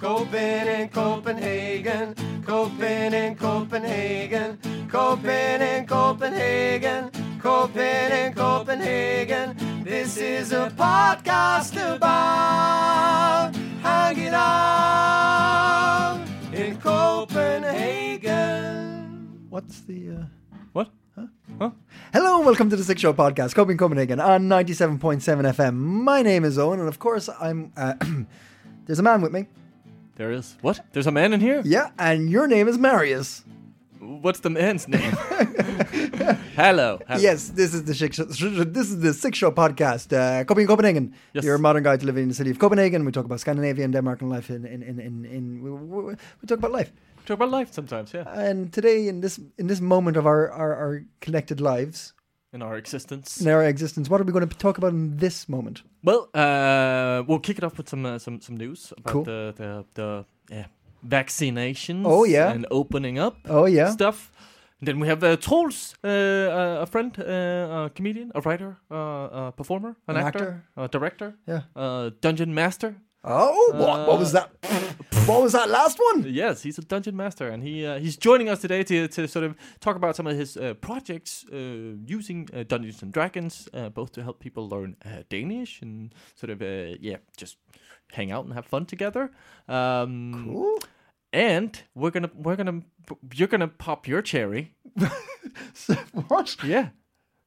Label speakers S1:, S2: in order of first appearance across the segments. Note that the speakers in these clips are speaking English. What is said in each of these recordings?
S1: Copen in Copenhagen, Copen in Copenhagen, Copen in Copenhagen, Copen in Copenhagen. This is a podcast about hanging out in Copenhagen.
S2: What's the uh,
S3: What? Huh?
S2: hello and welcome to the Six Show podcast, Coping Copenhagen on ninety-seven point seven FM. My name is Owen, and of course I'm. Uh, there's a man with me,
S3: There is. What? There's a man in here?
S2: yeah, and your name is Marius.
S3: What's the man's name? Hello. Hello.
S2: Yes, this is the Six Show, this is the Six Show podcast, uh, Coping Copenhagen.
S3: Yes.
S2: Your modern guide to living in the city of Copenhagen. We talk about Scandinavia and Denmark and life in in in in. in we, we, we talk about life.
S3: Talk about life sometimes, yeah.
S2: And today, in this in this moment of our our, our connected lives,
S3: In our existence.
S2: in our existence, what are we going to talk about in this moment?
S3: Well, uh, we'll kick it off with some uh, some some news about
S2: Cool.
S3: the the the yeah, vaccinations.
S2: Oh, yeah.
S3: And opening up.
S2: Oh yeah,
S3: Stuff. And then we have uh, Trolls, uh, uh, a friend, uh, a comedian, a writer, uh, a performer, an,
S2: An
S3: actor, a director,
S2: yeah.
S3: uh, dungeon master.
S2: Oh, what, what was
S3: Uh,
S2: that? what was that last one?
S3: Yes, he's a dungeon master, and he uh, he's joining us today to, to sort of talk about some of his uh, projects uh, using uh, Dungeons and Dragons, uh, both to help people learn uh, Danish and sort of uh, yeah, just hang out and have fun together. Um,
S2: Cool.
S3: And we're gonna we're gonna you're gonna pop your cherry.
S2: what?
S3: Yeah.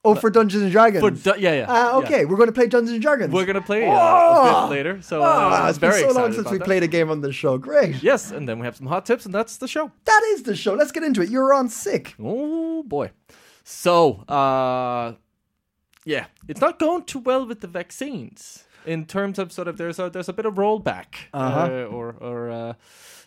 S2: Oh, for Dungeons and Dragons.
S3: For du- yeah, yeah.
S2: Ah,
S3: yeah.
S2: okay, we're going to play Dungeons and Dragons.
S3: We're gonna play uh, a
S2: Whoa!
S3: bit later. So uh,
S2: Ah,
S3: I'm
S2: it's been
S3: very
S2: so long
S3: excited
S2: since
S3: about
S2: we
S3: that.
S2: played a game on this show. Great.
S3: Yes, and then we have some hot tips, and that's the show.
S2: That is the show. Let's get into it. You're on sick.
S3: Oh boy. So, uh yeah, it's not going too well with the vaccines in terms of sort of there's a there's a bit of rollback
S2: Uh-huh.
S3: uh, or or uh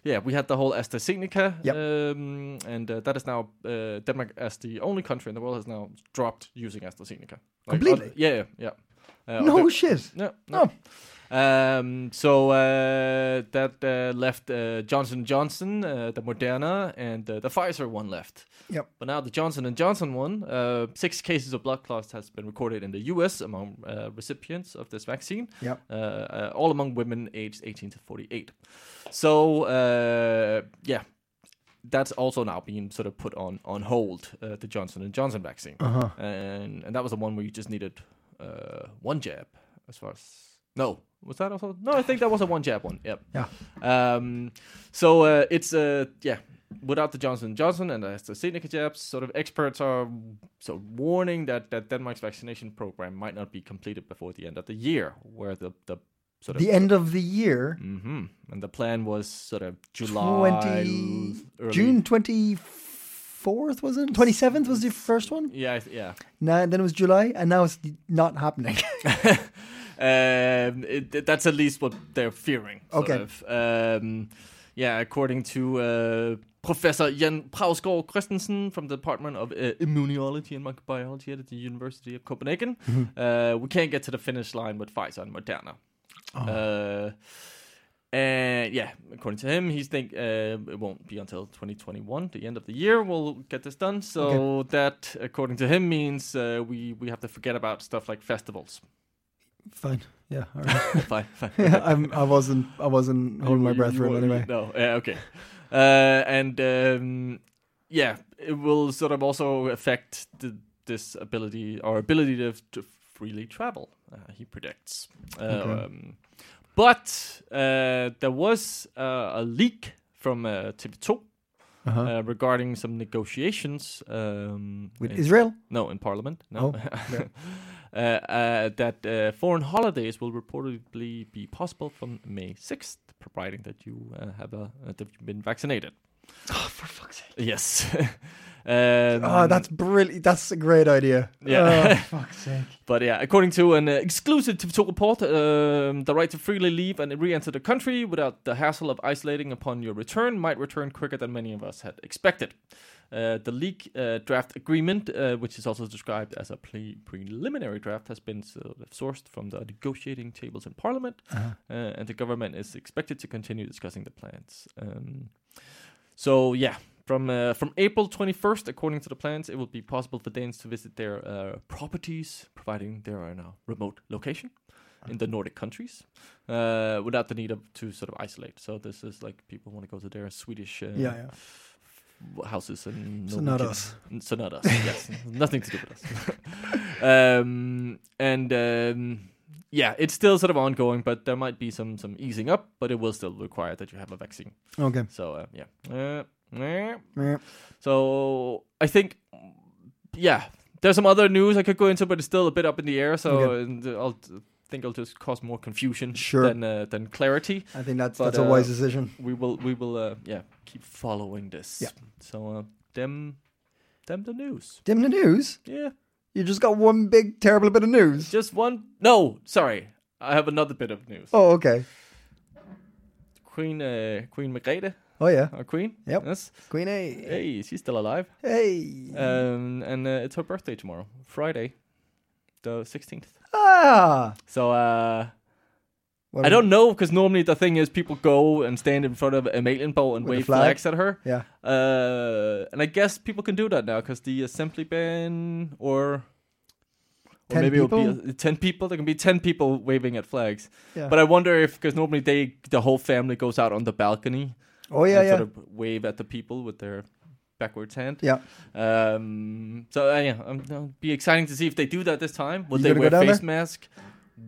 S3: yeah, we had the whole AstraZeneca,
S2: Yep.
S3: um, and uh, that is now uh, Denmark, as the only country in the world, has now dropped using AstraZeneca Like,
S2: Completely?
S3: oth- yeah, yeah. yeah. Uh,
S2: No
S3: other-
S2: shit. Oh,
S3: no, no.
S2: No.
S3: Um, so uh, that uh, left uh, Johnson Johnson, uh, the Moderna, and uh, the Pfizer one left.
S2: Yep.
S3: But now the Johnson and Johnson one, uh, six cases of blood clots has been recorded in the U.S. among uh, recipients of this vaccine.
S2: Yep.
S3: Uh, uh, all among women aged 18 to 48. So uh, yeah, that's also now being sort of put on on hold. Uh, the Johnson and Johnson vaccine, and and that was the one where you just needed uh, one jab, as far as no. Was that also no? I think that was a one jab one. Yep.
S2: Yeah.
S3: Um, so uh, it's uh, yeah, without the Johnson Johnson and the AstraZeneca jabs, sort of experts are so warning that that Denmark's vaccination program might not be completed before the end of the year, where the the sort of
S2: The end of the year,
S3: hmm and the plan was sort of July,
S2: 20,
S3: early-
S2: June 24th, was it? 27th was the first one.
S3: Yeah, I th- yeah.
S2: Now, then it was July, and now it's not happening.
S3: um, it, th- that's at least what they're fearing. sort
S2: Okay.
S3: of. Um, yeah, according to uh, Professor Jan Prausgaard Christensen from the Department of uh, Immunology and Microbiology at the University of Copenhagen, uh, we can't get to the finish line with Pfizer and Moderna. Uh, and yeah, according to him, he's think uh, it won't be until 2021, the end of the year, we'll get this done. So that, according to him, means uh, we we have to forget about stuff like festivals.
S2: fine. Yeah. All right.
S3: fine, fine.
S2: I'm, I wasn't. I wasn't holding my
S3: You-
S2: breath
S3: you
S2: for it
S3: won't-
S2: anyway.
S3: No, yeah, okay. Uh, and um, yeah, it will sort of also affect the, this ability, our ability to, to freely travel, uh, he predicts. Uh, um, but uh, there was uh, a leak from uh, TV2
S2: Uh-huh.
S3: uh, regarding some negotiations um,
S2: With
S3: in-
S2: Israel.
S3: no, in Parliament. No.
S2: Oh,
S3: uh, uh, that uh, foreign holidays will reportedly be possible from May 6th, providing that you uh, have a, uh, that you've been vaccinated.
S2: Ah, for fuck's sake.
S3: Yes. um,
S2: Oh, that's brilliant. That's a great idea.
S3: Yeah.
S2: Oh, fuck's sake.
S3: But yeah, according to an uh, exclusive TikTok report, um, the right to freely leave and re-enter the country without the hassle of isolating upon your return might return quicker than many of us had expected. Uh, the leak uh, draft agreement, uh, which is also described as a pre- preliminary draft, has been sort of sourced from the negotiating tables in Parliament, uh, and the government is expected to continue discussing the plans. Um, so yeah, from uh, from April 21st, according to the plans, it will be possible for Danes to visit their uh, properties, providing they are in a remote location in the Nordic countries, uh, without the need of to sort of isolate. So this is like people want to go to their Swedish uh,
S2: Yeah, yeah.
S3: w- houses and
S2: So
S3: Norwegian-
S2: not us.
S3: N- So not us. Yes, nothing to do with us. um, and um, yeah, it's still sort of ongoing, but there might be some some easing up, but it will still require that you have a vaccine.
S2: Okay.
S3: So uh, yeah. Uh, yeah.
S2: Yeah.
S3: So I think, yeah, there's some other news I could go into, but it's still a bit up in the air. So
S2: Okay.
S3: and I'll think I'll just cause more confusion
S2: Sure.
S3: than uh, than clarity.
S2: I think that's
S3: But,
S2: that's a
S3: uh,
S2: wise decision.
S3: We will we will uh, yeah keep following this.
S2: Yeah.
S3: So uh, them them the news.
S2: Dim the news.
S3: Yeah.
S2: You just got one big terrible bit of news.
S3: Just one. No, sorry. I have another bit of news.
S2: Oh, okay.
S3: Queen uh, Queen Margrethe,
S2: Oh yeah.
S3: our queen.
S2: Yep.
S3: Yes.
S2: Queen A.
S3: Hey, she's still alive.
S2: Hey.
S3: Um, and uh, it's her birthday tomorrow, Friday, the sixteenth.
S2: ah.
S3: So uh,
S2: Well,
S3: I don't know because normally the thing is people go and stand in front of a mailing boat and
S2: With a
S3: wave
S2: flag.
S3: flags at her.
S2: Yeah.
S3: Uh, and I guess people can do that now because the assembly ban or. Or
S2: 10
S3: maybe it'll
S2: people?
S3: be uh, ten people. There can be ten people waving at flags,
S2: Yeah.
S3: but I wonder if because normally they the whole family goes out on the balcony
S2: Oh yeah,
S3: and
S2: yeah.
S3: sort of wave at the people with their backwards hand.
S2: yeah.
S3: Um, so uh, yeah, um, it'll be exciting to see if they do that this time. Would
S2: You
S3: they
S2: gonna go
S3: wear
S2: down
S3: face
S2: there?
S3: mask?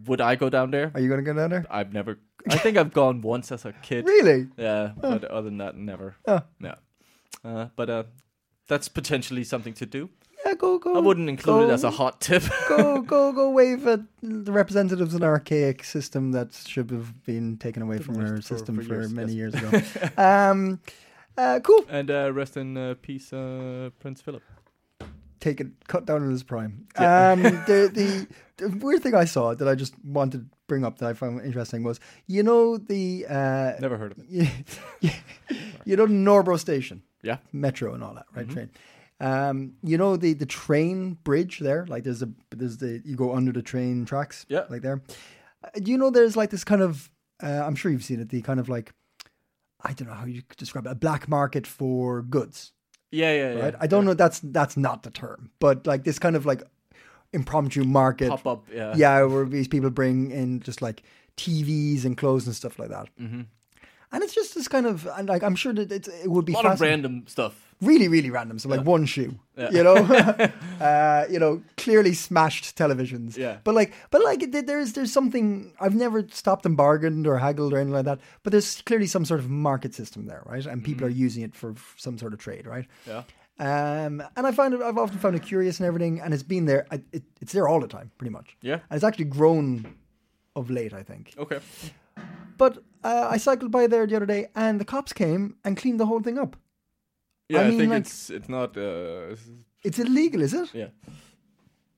S3: Would I go down there?
S2: Are you gonna go down there?
S3: I've never. I think I've gone once as a kid.
S2: Really? Ah.
S3: Yeah, but other than that, never.
S2: Huh.
S3: No. Uh, but uh, that's potentially something to do.
S2: Yeah. Go go.
S3: I wouldn't include it as a
S2: go-
S3: hot tip.
S2: go go go wave at the representatives of an archaic system that should have been taken away from our
S3: for-
S2: system
S3: for
S2: for,
S3: years,
S2: many
S3: yes.
S2: years ago. um, uh, cool.
S3: and uh, rest in uh, peace, uh, Prince Philip.
S2: Take it, cut down on his prime. Um, the, the the weird thing I saw that I just wanted to bring up that I found interesting was you know the uh,
S3: Never heard of it.
S2: you, you know Norbro Station.
S3: Yeah.
S2: metro and all that,
S3: Mm-hmm.
S2: right? Train. Um, you know the the train bridge there, like there's a there's the you go under the train tracks,
S3: Yeah.
S2: like there. Uh, Do you know there's like this kind of uh, I'm sure you've seen it, the kind of like I don't know how you could describe it, a black market for goods,
S3: Yeah, yeah, yeah.
S2: right? I don't know that's that's not the term, but like this kind of like impromptu market
S3: Pop up. uh, Yeah.
S2: yeah, where these people bring in just like TVs and clothes and stuff like that.
S3: Mm-hmm.
S2: And it's just this kind of, and like I'm sure that it's, it would be
S3: A lot of
S2: fascinating-
S3: random stuff.
S2: really, really random. So like one shoe, you know, uh, you know, clearly smashed televisions.
S3: Yeah.
S2: But like, but like, th- there's there's something I've never stopped and bargained or haggled or anything like that. But there's clearly some sort of market system there, right? And people are using it for f- some sort of trade, right?
S3: Mm-hmm. Yeah.
S2: Um, and I find it, I've often found it curious and everything, and it's been there. I, it, it's there all the time, pretty much.
S3: Yeah. Oh.
S2: And it's actually grown of late, I think.
S3: Okay.
S2: But uh, I cycled by there the other day, and the cops came and cleaned the whole thing up.
S3: Yeah, I,
S2: mean,
S3: think
S2: like-
S3: it's it's not. Uh,
S2: It's illegal, is it?
S3: yeah.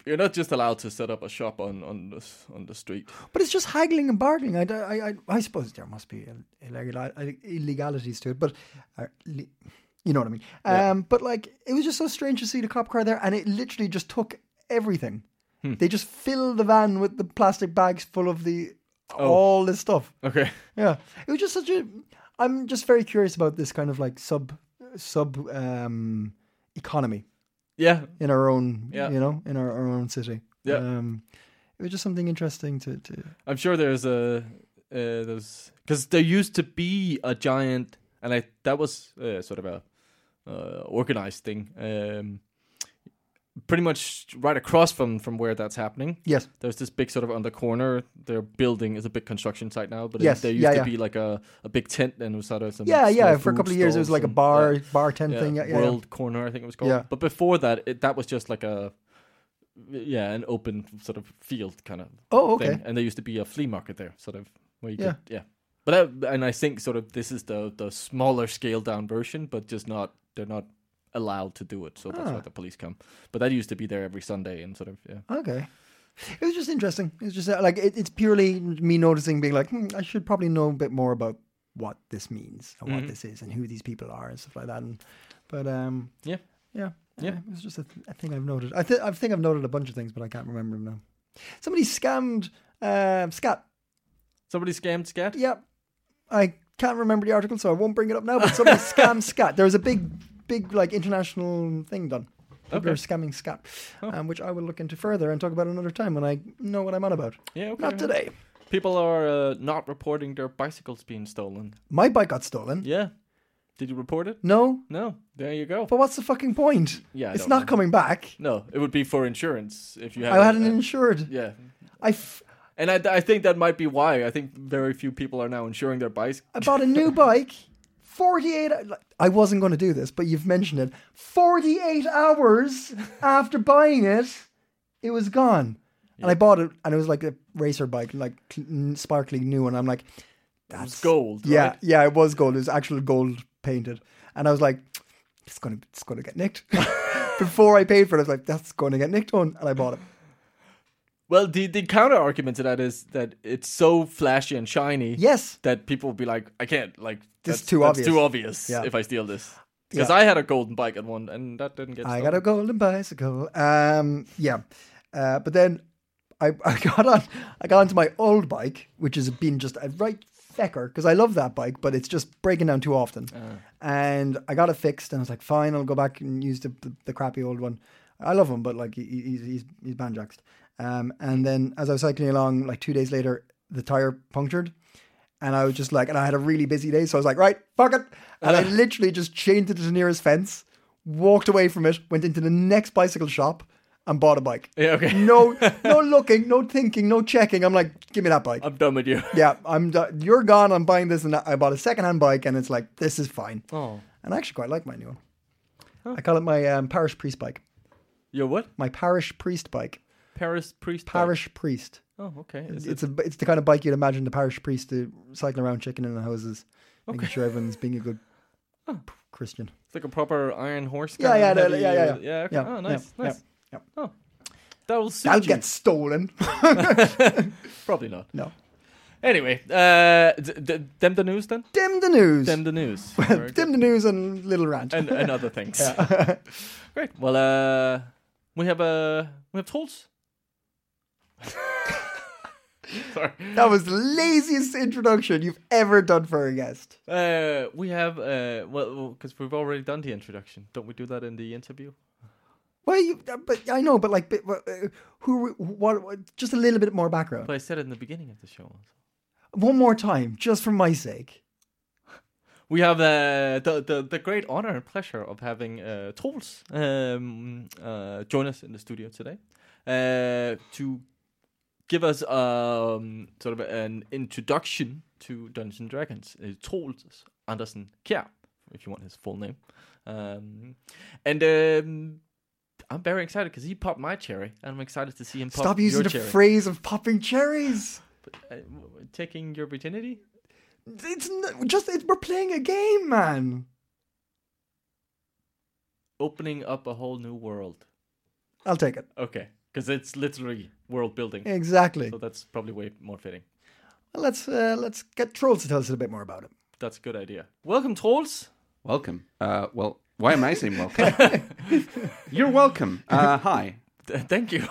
S3: You're not just allowed to set up a shop on on the s- on the street.
S2: But it's just haggling and bargaining. I, I, I, I suppose there must be ill- illegal, illegalities to it, but uh, le- you know what I mean. Um, but like, it was just so strange to see the cop car there, and it literally just took everything.
S3: Hmm.
S2: They just filled the van with the plastic bags full of the
S3: Oh.
S2: all this stuff.
S3: Okay.
S2: Yeah, it was just such a. I'm just very curious about this kind of like sub sub um, economy
S3: Yeah.
S2: in our own,
S3: Yeah.
S2: you know, in our, our own city.
S3: Yeah.
S2: Um, it was just something interesting to, to
S3: I'm sure there's a uh, there's because there used to be a giant, and I that was uh, sort of a uh, organized thing. Um, pretty much right across from from where that's happening.
S2: yes.
S3: There's this big sort of on the corner. Their building is a big construction site now, but
S2: Yes,
S3: it, there used
S2: yeah,
S3: to
S2: yeah.
S3: be like a, a big tent and it was sort of some
S2: Yeah,
S3: small
S2: yeah. For a
S3: food
S2: couple of years, it was
S3: stalls
S2: like a
S3: and- uh,
S2: bar,
S3: yeah.
S2: bar tent thing. Yeah, yeah, yeah.
S3: World Corner, I think it was called.
S2: Yeah.
S3: But before that, it, that was just like a yeah, an open sort of field kind of
S2: Oh, okay.
S3: thing. And there used to be a flea market there, sort of where you
S2: Yeah.
S3: could yeah But that, and I think sort of this is the the smaller scale down version, but just not they're not allowed to do it, so
S2: Ah.
S3: that's why the police come. But that used to be there every Sunday and sort of yeah.
S2: Okay. It was just interesting. It's just uh, like it, it's purely me noticing, being like, hmm, I should probably know a bit more about what this means and
S3: Mm-hmm.
S2: what this is and who these people are and stuff like that. And, but um,
S3: Yeah.
S2: yeah,
S3: Yeah.
S2: uh, it's just a, th- a thing I've noted. I, th- I think I've noted a bunch of things, but I can't remember them now. Somebody scammed um Scat.
S3: Somebody scammed scat.
S2: Yeah, I can't remember the article, so I won't bring it up now. But somebody scammed Scat. There was a big, big like international thing done. People
S3: Okay. Oh.
S2: are scamming Scat, um, which I will look into further and talk about another time when I know what I'm on about.
S3: Yeah, okay.
S2: Not today.
S3: People are uh, not reporting their bicycles being stolen.
S2: My bike got stolen.
S3: Yeah. Did you report it?
S2: No,
S3: No. There you go.
S2: but what's the fucking point?
S3: Yeah, I
S2: it's
S3: don't
S2: not
S3: know.
S2: coming back.
S3: No, it would be for insurance if you had.
S2: I hadn't
S3: uh,
S2: insured.
S3: Yeah.
S2: I, f-
S3: And I, I think that might be why. I think very few people are now insuring their bikes.
S2: I bought a new bike. 48 like, I wasn't going to do this, but you've mentioned it. 48 hours after buying it, it was gone. And I bought it and it was like a racer bike, like cl- n- sparkly new and I'm like that's
S3: gold,
S2: Yeah,
S3: right?
S2: yeah, it was gold. It was actual gold painted. And I was like it's going to it's going to get nicked. Before I paid for it, I was like that's going to get nicked on and I bought it.
S3: Well, the, the counter argument to that is that it's so flashy and shiny.
S2: Yes.
S3: That people will be like, I can't. Like,
S2: This is
S3: that's
S2: too
S3: that's
S2: obvious.
S3: Too obvious.
S2: Yeah.
S3: If I steal this, because
S2: Yeah.
S3: I had a golden bike at one, and that didn't get.
S2: I
S3: stolen.
S2: got a golden bicycle. Um, yeah, uh, but then I, I got on. I got onto my old bike, which has been just a right fecker because I love that bike, but it's just breaking down too often. And I got it fixed, and I was like, fine, I'll go back and use the, the, the crappy old one. I love him, but like he, he- he's he's he's banjaxed. Um, and then as I was cycling along, like two days later, the tire punctured. And I was just like, and I had a really busy day, so I was like, right, fuck it. And I literally just chained it to the nearest fence, walked away from it, went into the next bicycle shop, and bought a bike.
S3: Yeah, okay.
S2: No, no looking, no thinking, no checking. I'm like, give me that bike.
S3: I'm done with you.
S2: yeah, I'm. do- You're gone. I'm buying this, and I bought a secondhand bike, and it's like this is fine.
S3: Oh.
S2: And I actually quite like my new one. I call it my um, parish priest bike.
S3: Yo, what?
S2: My parish priest bike.
S3: Paris priest. bike.
S2: Parish priest.
S3: Oh, okay. Is
S2: It's a. It's the kind of bike you'd imagine the parish priest to cycling around, checking in the houses, making sure everyone's being a good p- Christian.
S3: It's like a proper iron horse.
S2: Yeah,
S3: kind
S2: yeah,
S3: of
S2: no,
S3: heavy,
S2: yeah, yeah,
S3: uh,
S2: yeah.
S3: yeah. Okay.
S2: Yeah,
S3: oh, nice,
S2: yeah,
S3: nice.
S2: yeah,
S3: Oh, that will suit
S2: That'll
S3: you.
S2: get stolen.
S3: Probably not.
S2: no.
S3: Anyway, uh, d- d- them the news then.
S2: Dim the news.
S3: Them the news. Very good.
S2: Dim the news and little rant.
S3: and, and other things. Great. Well, uh, we have uh, we have tools. Sorry.
S2: that was the laziest introduction you've ever done for a guest.
S3: Uh, we have uh, well, because we've already done the introduction. Don't we do that in the interview?
S2: Well, you, uh, but I know, but like, but, uh, who, what, what, just a little bit more background.
S3: But I said it in the beginning of the show.
S2: One more time, just for my sake.
S3: We have uh, the, the the great honor and pleasure of having uh, Tools um, uh, join us in the studio today uh, to give us um, sort of an introduction to Dungeons and Dragons. Uh, Tools Andersen Kjær, if you want his full name, um, and. Um, I'm very excited because he popped my cherry, and I'm excited to see him pop
S2: Stop using
S3: your
S2: the
S3: cherry.
S2: phrase of popping cherries.
S3: Uh, w- w- taking your virginity.
S2: It's n- just it, we're playing a game, man.
S3: opening up a whole new world.
S2: I'll take it.
S3: Okay, because it's literally world building,
S2: Exactly.
S3: so that's probably way more fitting.
S2: Well, let's uh, let's get trolls to tell us a bit more about it.
S3: That's a good idea. Welcome, trolls.
S4: Welcome. Uh, well, why am I saying welcome? You're welcome. Uh, hi.
S3: Th- Thank you,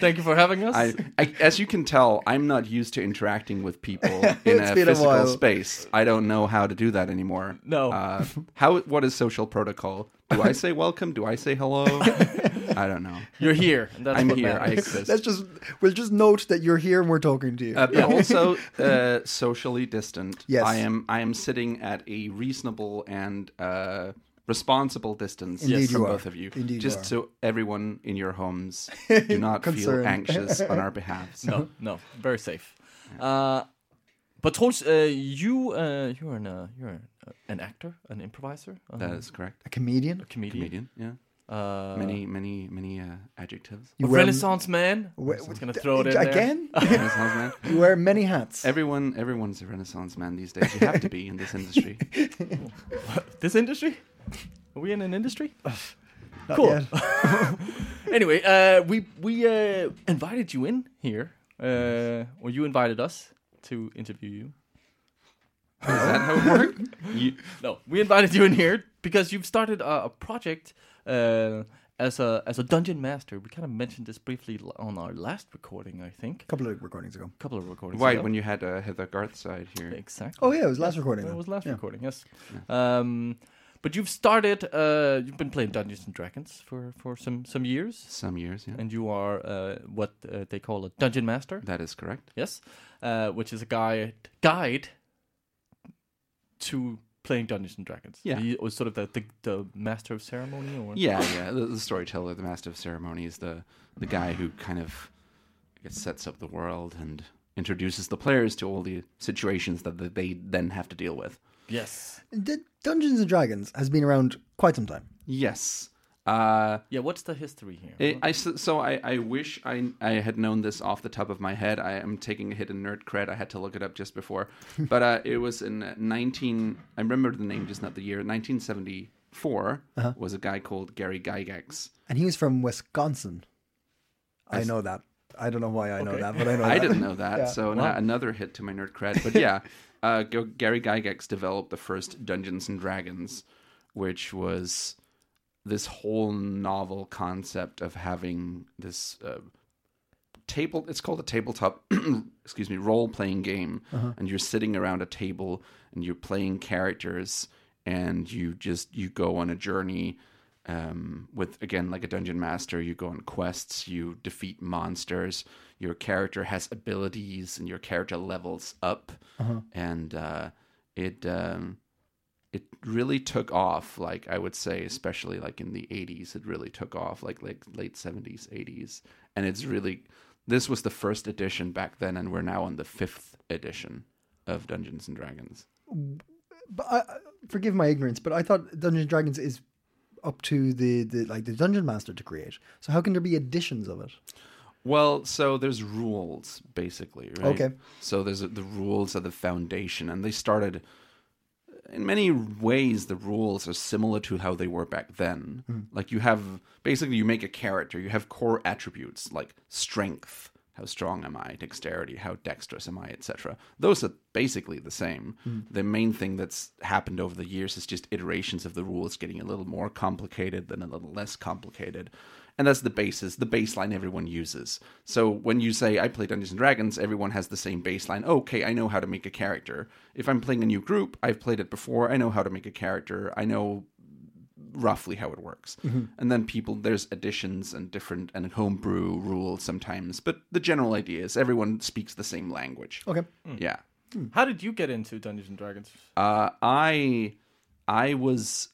S3: thank you for having us.
S4: I, I, as you can tell, I'm not used to interacting with people in
S2: It's
S4: a
S2: been a
S4: physical
S2: while.
S4: space. I don't know how to do that anymore.
S3: No.
S4: Uh, how? What is social protocol? Do I say welcome? Do I say hello? I don't know.
S3: You're here. And that's
S4: I'm
S3: what
S4: here. I
S3: matters.
S4: exist.
S2: Let's just we'll just note that you're here and we're talking to you.
S4: Uh, but also uh, socially distant.
S2: Yes.
S4: I am. I am sitting at a reasonable and uh, responsible distance
S2: Indeed
S4: from
S2: you are.
S4: both of you.
S2: Indeed you
S4: Just
S2: are.
S4: so everyone in your homes do not feel
S2: Concerned.
S4: anxious on our behalf.
S3: No, no, very safe. Uh, but trolls, uh, you uh, you're an uh, you're an, an actor, an improviser, um,
S4: that is correct.
S2: a comedian.
S3: comedian.
S4: Comedian. Yeah.
S3: Uh,
S4: many, many, many uh, adjectives.
S3: a
S2: You wear-
S3: Renaissance man.
S2: Wh-
S3: Just gonna throw it in there.
S2: again.
S4: Renaissance man.
S2: you wear many hats.
S4: Everyone, everyone's a Renaissance man these days. You have to be in this industry.
S3: This industry? Are we in an industry?
S2: Not
S3: cool.
S2: yet.
S3: anyway, uh, we we uh, invited you in here, uh, or you invited us to interview you.
S4: Is that how it works? You,
S3: No, we invited you in here because you've started a, a project uh, as a as a dungeon master. We kind of mentioned this briefly l- on our last recording, I think,
S2: A couple of recordings ago.
S3: a couple of recordings.
S4: why?
S3: ago.
S4: When you had uh, Heather Garthside here,
S3: exactly?
S2: Oh yeah, it was last recording.
S3: That
S2: then.
S3: was last
S2: Yeah.
S3: recording, yes. Um, but you've started. Uh, you've been playing Dungeons and Dragons for for some some years,
S4: some years, yeah.
S3: and you are uh, what uh, they call a dungeon master.
S4: That is correct.
S3: Yes, uh, which is a guide guide to playing Dungeons and Dragons.
S4: Yeah.
S3: he was sort of the the, the master of ceremony, or
S4: Yeah, yeah. The, the storyteller, the master of ceremonies, the the guy who kind of I guess, sets up the world and introduces the players to all the situations that that they then have to deal with.
S3: yes,
S2: D- Dungeons and Dragons has been around quite some time.
S4: Yes. Uh,
S3: yeah. What's the history here?
S4: I I s so I, I wish I I had known this off the top of my head. I am taking a hit in nerd cred. I had to look it up just before, but uh, it was in 19. I remember the name, just not the year. 1974 was a guy called Gary Gygax.
S2: And he was from Wisconsin. I know that. I don't know why I know that, but I know
S4: I
S2: that.
S4: didn't know that, so no- another hit to my nerd cred. But yeah, uh, G- Gary Gygax developed the first Dungeons and Dragons, which was this whole novel concept of having this uh, table. It's called a tabletop, excuse me, role playing game, and you're sitting around a table and you're playing characters, and you just you go on a journey. Um, with again, like a dungeon master, you go on quests, you defeat monsters. Your character has abilities, and your character levels up, and uh, it um, it really took off like i would say especially like in the 80s it really took off like like late 70s 80s and it's really this was the first edition back then and we're now on the fifth edition of dungeons and dragons
S2: But I, I- forgive my ignorance, but I thought Dungeons and Dragons is up to the, the like the dungeon master to create. So how can there be editions of it?
S4: well so there's rules basically right
S2: Okay.
S4: so there's the rules are the foundation and they started in many ways the rules are similar to how they were back then like you have basically you make a character you have core attributes like strength how strong am i dexterity how dexterous am i etc those are basically the same the main thing that's happened over the years is just iterations of the rules getting a little more complicated then a little less complicated and that's the basis the baseline everyone uses so when you say i play dungeons and dragons everyone has the same baseline okay i know how to make a character if i'm playing a new group i've played it before i know how to make a character i know roughly how it works and then people there's additions and different and homebrew rules sometimes but the general idea is everyone speaks the same language
S2: Okay.
S4: yeah
S3: How did you get into Dungeons and Dragons?
S4: uh, I I was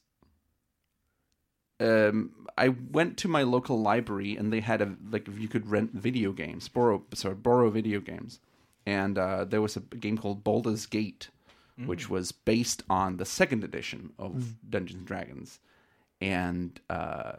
S4: um, I went to my local library and they had a like you could rent video games, borrow sorry, borrow video games, and uh, there was a game called Baldur's Gate, which was based on the second edition of Dungeons and Dragons, and uh,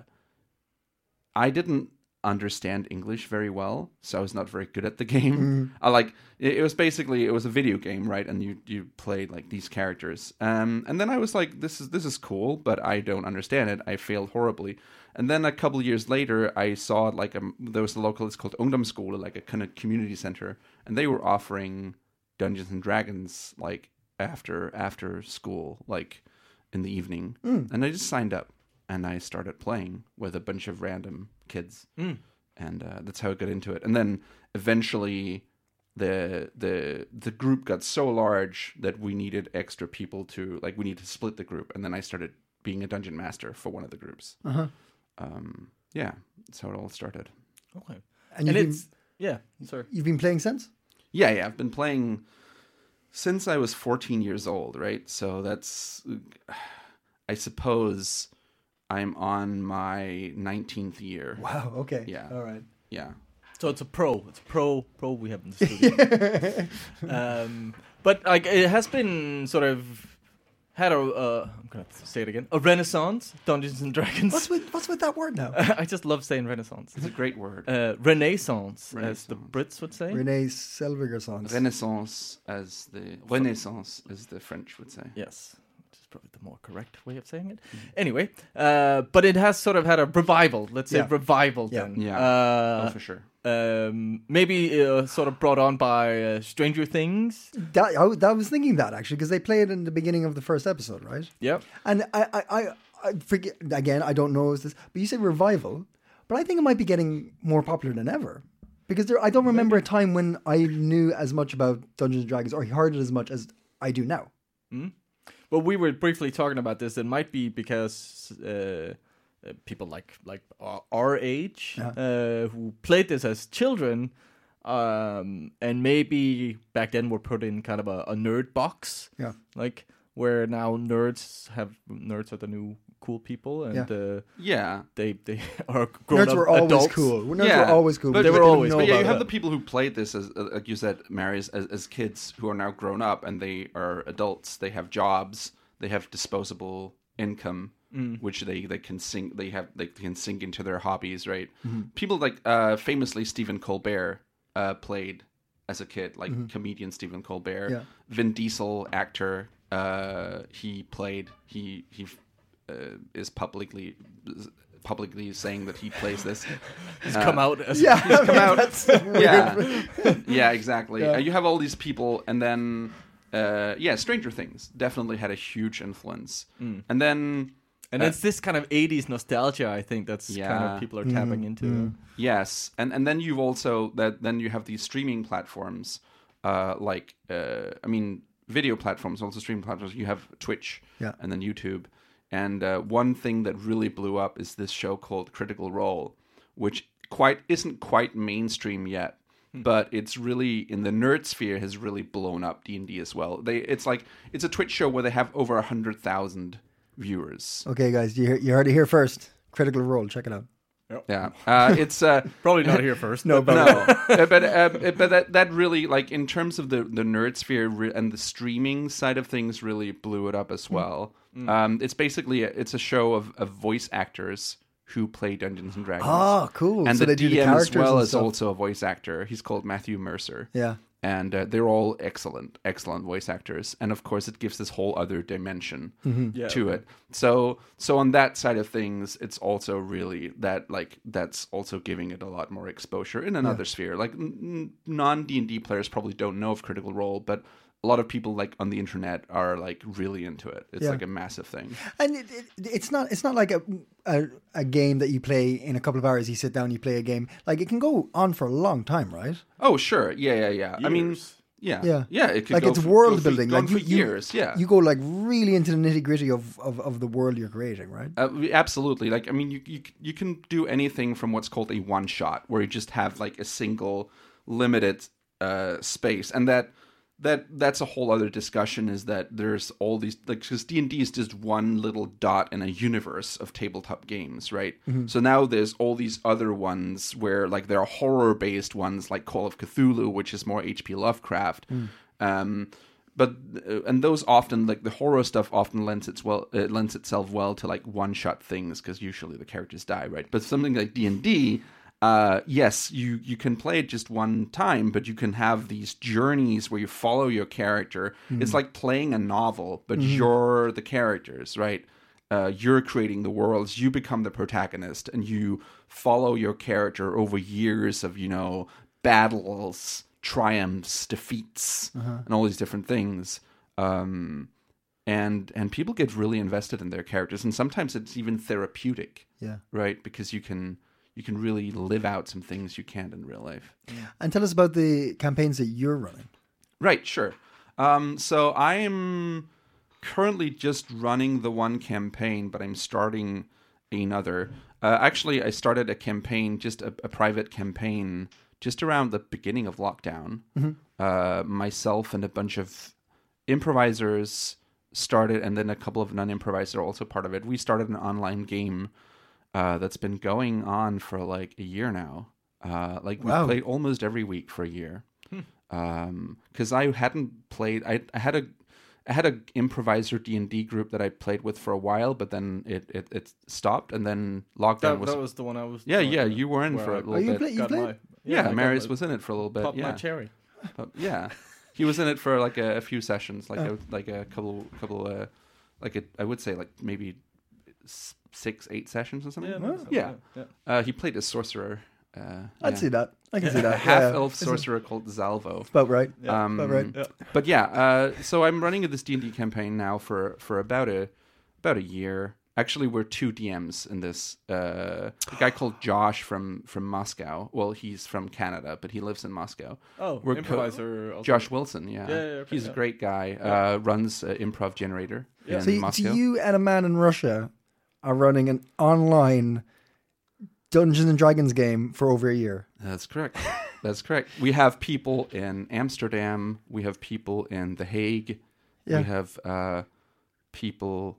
S4: I didn't understand English very well, so I was not very good at the game. I like it, it was basically it was a video game, right? And you you played like these characters. Um, and then I was like, this is this is cool, but I don't understand it. I failed horribly. And then a couple years later, I saw like a, there was a local. It's called Ungdom School, like a kind of community center, and they were offering Dungeons and Dragons like after after school, like in the evening. And I just signed up and I started playing with a bunch of random kids. And uh, that's how I got into it. And then eventually the the the group got so large that we needed extra people to like we needed to split the group and then I started being a dungeon master for one of the groups.
S2: Uh-huh.
S4: Um yeah, that's how it all started.
S3: Okay,
S2: And
S3: and,
S2: you've,
S3: it's
S2: been,
S3: yeah, sorry.
S2: you've been playing since?
S4: Yeah, yeah, I've been playing since I was 14 years old, right? So that's, I suppose, I'm on my 19th year.
S2: Wow, Oh, okay.
S4: Yeah.
S2: All right.
S4: Yeah.
S3: So it's a pro. It's a pro. Pro we have in the studio. um, but like it has been sort of had a uh, I'm gonna say it again a renaissance Dungeons and Dragons.
S2: What's with what's with that word now?
S3: I just love saying renaissance.
S4: It's a great word.
S3: Uh, renaissance, as the Brits would say.
S2: Renee Selviger songs.
S4: Renaissance, as the Renaissance, as the French would say.
S3: Yes, which is probably the more correct way of saying it. Anyway, uh, but it has sort of had a revival. Let's say
S2: Yeah.
S3: revival.
S2: Yeah.
S3: Then.
S4: Yeah.
S3: Uh,
S4: oh, for sure.
S3: Um, maybe uh, sort of brought on by uh, Stranger Things.
S2: that, I, that- I was thinking that actually because they play it in the beginning of the first episode, right?
S3: Yep.
S2: And I, I, I, I forget again. I don't know is this, but you say revival, but I think it might be getting more popular than ever because there, I don't remember a time when I knew as much about Dungeons and Dragons or heard it as much as I do now.
S3: Well, we were briefly talking about this. It might be because uh, uh, people like like our, our age uh, who played this as children, um, and maybe back then were put in kind of a, a nerd box.
S2: Yeah.
S3: like where now nerds have nerds are the new cool people, and
S2: Yeah.
S3: uh,
S4: Yeah.
S3: they they are grown
S2: Nerds were
S3: up
S2: always
S3: adults.
S2: cool. Nerds
S4: yeah.
S2: were always cool.
S4: But,
S3: They
S2: but
S3: were
S2: didn't
S3: always
S2: know
S4: But yeah, you
S2: about
S4: have
S2: it.
S4: the people who played this as, uh, like you said, Mary, as, as, as kids who are now grown up and they are adults. They have jobs. They have disposable income,
S2: Mm.
S4: which they, they can sink. They have they can sink into their hobbies, right?
S2: Mm-hmm.
S4: People like uh, famously Stephen Colbert uh, played as a kid, like comedian Stephen Colbert.
S2: Mm-hmm. Yeah.
S4: Vin Diesel, actor, uh, he played. He he uh, is publicly publicly saying that he plays this.
S3: Just come out as
S2: Yeah, come
S4: out.
S2: out.
S4: yeah yeah exactly Uh, you have all these people and then uh, yeah stranger things definitely had a huge influence and then
S3: And it's this kind of 80s nostalgia, I think, that's kind
S4: Yeah.
S3: of people are tapping
S2: Mm.
S3: into.
S4: yes and and then you've also that then you have these streaming platforms uh, like uh, i mean video platforms also streaming platforms you have twitch
S2: Yeah.
S4: and then youtube and uh, one thing that really blew up is this show called critical role which quite isn't quite mainstream yet but it's really in the nerd sphere has really blown up d&d as well they it's like it's a twitch show where they have over 100000 viewers
S2: Okay, guys, you, hear- you heard it here first. Critical Role, check it out.
S4: yeah uh, it's uh,
S3: Probably not here first. no,
S4: no, Uh, but uh, but that that really like in terms of the the nerd sphere re- and the streaming side of things really blew it up
S2: Mm.
S4: as well. Um, it's basically a, it's a show of, of voice actors who play Dungeons and Dragons.
S2: Ah, cool.
S4: And
S2: So
S4: the
S2: they do the
S4: DM as
S2: characters
S4: well
S2: and
S4: is
S2: stuff.
S4: also a voice actor. He's called Matthew Mercer.
S2: Yeah.
S4: And uh, they're all excellent, excellent voice actors, and of course, it gives this whole other dimension
S2: Mm-hmm.
S4: to it. So, so on that side of things, it's also really that like that's also giving it a lot more exposure in another sphere. Like n- n- non D and D players probably don't know of Critical Role, but a lot of people like on the internet are like really into it. It's
S2: Yeah.
S4: like a massive thing.
S2: And it, it, it's not it's not like a, a a game that you play in a couple of hours. You sit down, you play a game. Like it can go on for a long time, right?
S4: Oh sure, yeah, yeah, yeah. I mean,
S3: Years.
S4: yeah,
S2: Yeah,
S4: yeah. It could
S2: like
S4: go
S2: it's
S4: for- go
S2: world
S4: for-
S2: building.
S4: gone
S2: Like
S4: for
S2: you, you-
S4: years, yeah.
S2: you go like really into the nitty gritty of, of of the world you're creating, right?
S4: Uh, we- absolutely. Like, I mean, you, you you can do anything from what's called a one shot, where you just have like a single limited uh, space, and that that that's a whole other discussion. Is that there's all these like because D and D is just one little dot in a universe of tabletop games, right? So now there's all these other ones where like there are horror based ones like Call of Cthulhu, which is more H.P. Lovecraft. Um, but uh, and those often like the horror stuff often lends its well it lends itself well to like one shot things because usually the characters die right but something like d&d uh, yes you you can play it just one time but you can have these journeys where you follow your character it's like playing a novel but you're the characters right uh, you're creating the worlds you become the protagonist and you follow your character over years of you know battles triumphs defeats and all these different things um, and and people get really invested in their characters and sometimes it's even therapeutic
S2: Yeah.
S4: right because you can you can really live out some things you can't in real life
S2: And tell us about the campaigns that you're running.
S4: Right, sure. Um, so I am currently just running the one campaign, but I'm starting another. Uh, actually, I started a campaign, just a, a private campaign, just around the beginning of lockdown. Uh, myself and a bunch of improvisers started, and then a couple of non improvisers are also part of it. We started an online game uh, that's been going on for like a year now. Uh, like we
S2: Wow.
S4: played Um, almost every week for a year because I hadn't played. I, I had a I had a improviser D and D group that I played with for a while, but then it it, it stopped, and then lockdown
S3: That,
S4: was,
S3: that was the one I was.
S4: Yeah,
S3: doing,
S4: yeah,
S3: uh,
S4: you were in
S3: where
S4: for
S3: I
S4: a little
S2: Oh, you
S4: bit.
S2: play, you
S3: got
S2: played?
S3: my- I
S4: yeah,
S3: got
S4: Marius
S3: my-
S4: was in it for a little bit.
S3: popped
S4: yeah,
S3: my cherry.
S4: But, yeah, he was in it for like a, a few sessions, like
S2: Oh.
S4: a, like a couple couple uh, like a, I would say like maybe s- six eight sessions or something.
S3: Yeah, no, so-
S4: yeah.
S3: yeah.
S4: Uh, he played a sorcerer. Uh,
S2: I'd
S4: yeah.
S2: see that. I can see
S4: A
S2: that.
S4: half
S2: yeah.
S4: elf
S2: It's
S4: sorcerer called Zalvo.
S2: About right.
S4: Um,
S2: about right.
S4: But yeah, uh, so I'm running this D and D campaign now for for about a about a year. Actually, we're two DMs in this. Uh, a guy called Josh from from Moscow. Well, he's from Canada, but he lives in Moscow.
S3: Oh,
S4: We're co-
S3: improviser. also.
S4: Josh Wilson, yeah,
S3: Yeah, yeah, okay,
S4: he's
S3: yeah.
S4: a great guy. Uh, runs uh, Improv Generator in
S2: So, you,
S4: Moscow.
S2: so you and a man in Russia are running an online Dungeons and Dragons game for over a year.
S4: That's correct. That's correct. We have people in Amsterdam. We have people in The Hague.
S2: Yeah.
S4: We have uh, people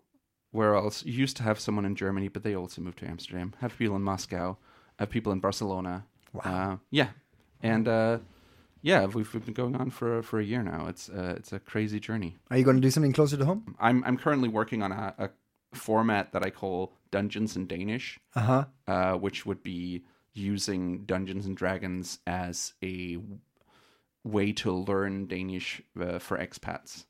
S4: where else? You used to have someone in Germany, but they also moved to Amsterdam. Have people in Moscow. Have people in Barcelona. Wow. Uh, yeah, and uh, yeah, we've, we've been going on for for a year now. It's uh, it's a crazy journey.
S2: Are you going to do something closer to home?
S4: I'm I'm currently working on a, a format that I call Dungeons in Danish, uh-huh. which would be using Dungeons and Dragons as a way to learn Danish uh, for expats.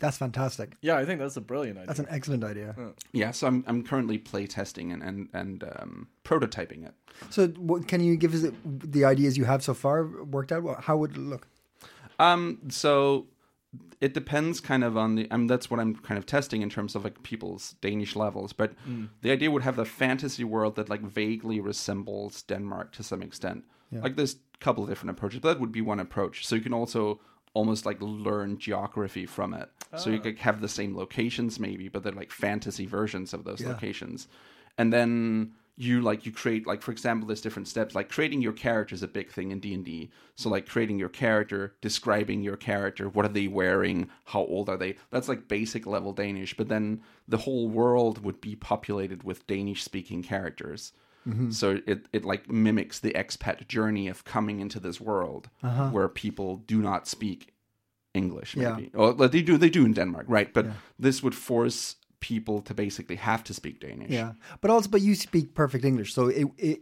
S2: That's fantastic.
S3: Yeah, I think that's a brilliant idea.
S2: That's an excellent idea.
S4: Yeah, so I'm I'm currently playtesting and and and um, prototyping it.
S2: So, what, can you give us the ideas you have so far worked out? What- How would it look?
S4: Um, so it depends kind of on the. I mean, that's what I'm kind of testing in terms of like people's Danish levels. But the idea would have a fantasy world that like vaguely resembles Denmark to some extent. Like there's a couple of different approaches, but that would be one approach. So you can also almost like learn geography from it. So you could have the same locations maybe, but they're like fantasy versions of those locations. And then you like you create like for example there's different steps like creating your character is a big thing in d&d so like creating your character describing your character what are they wearing how old are they that's like basic level danish but then the whole world would be populated with danish speaking characters so it, it like mimics the expat journey of coming into this world where people do not speak English,
S2: Yeah.
S4: maybe. Or like, they do they do in Denmark, right? But this would force people to basically have to speak Danish.
S2: Yeah, but also, but you speak perfect English, so it, it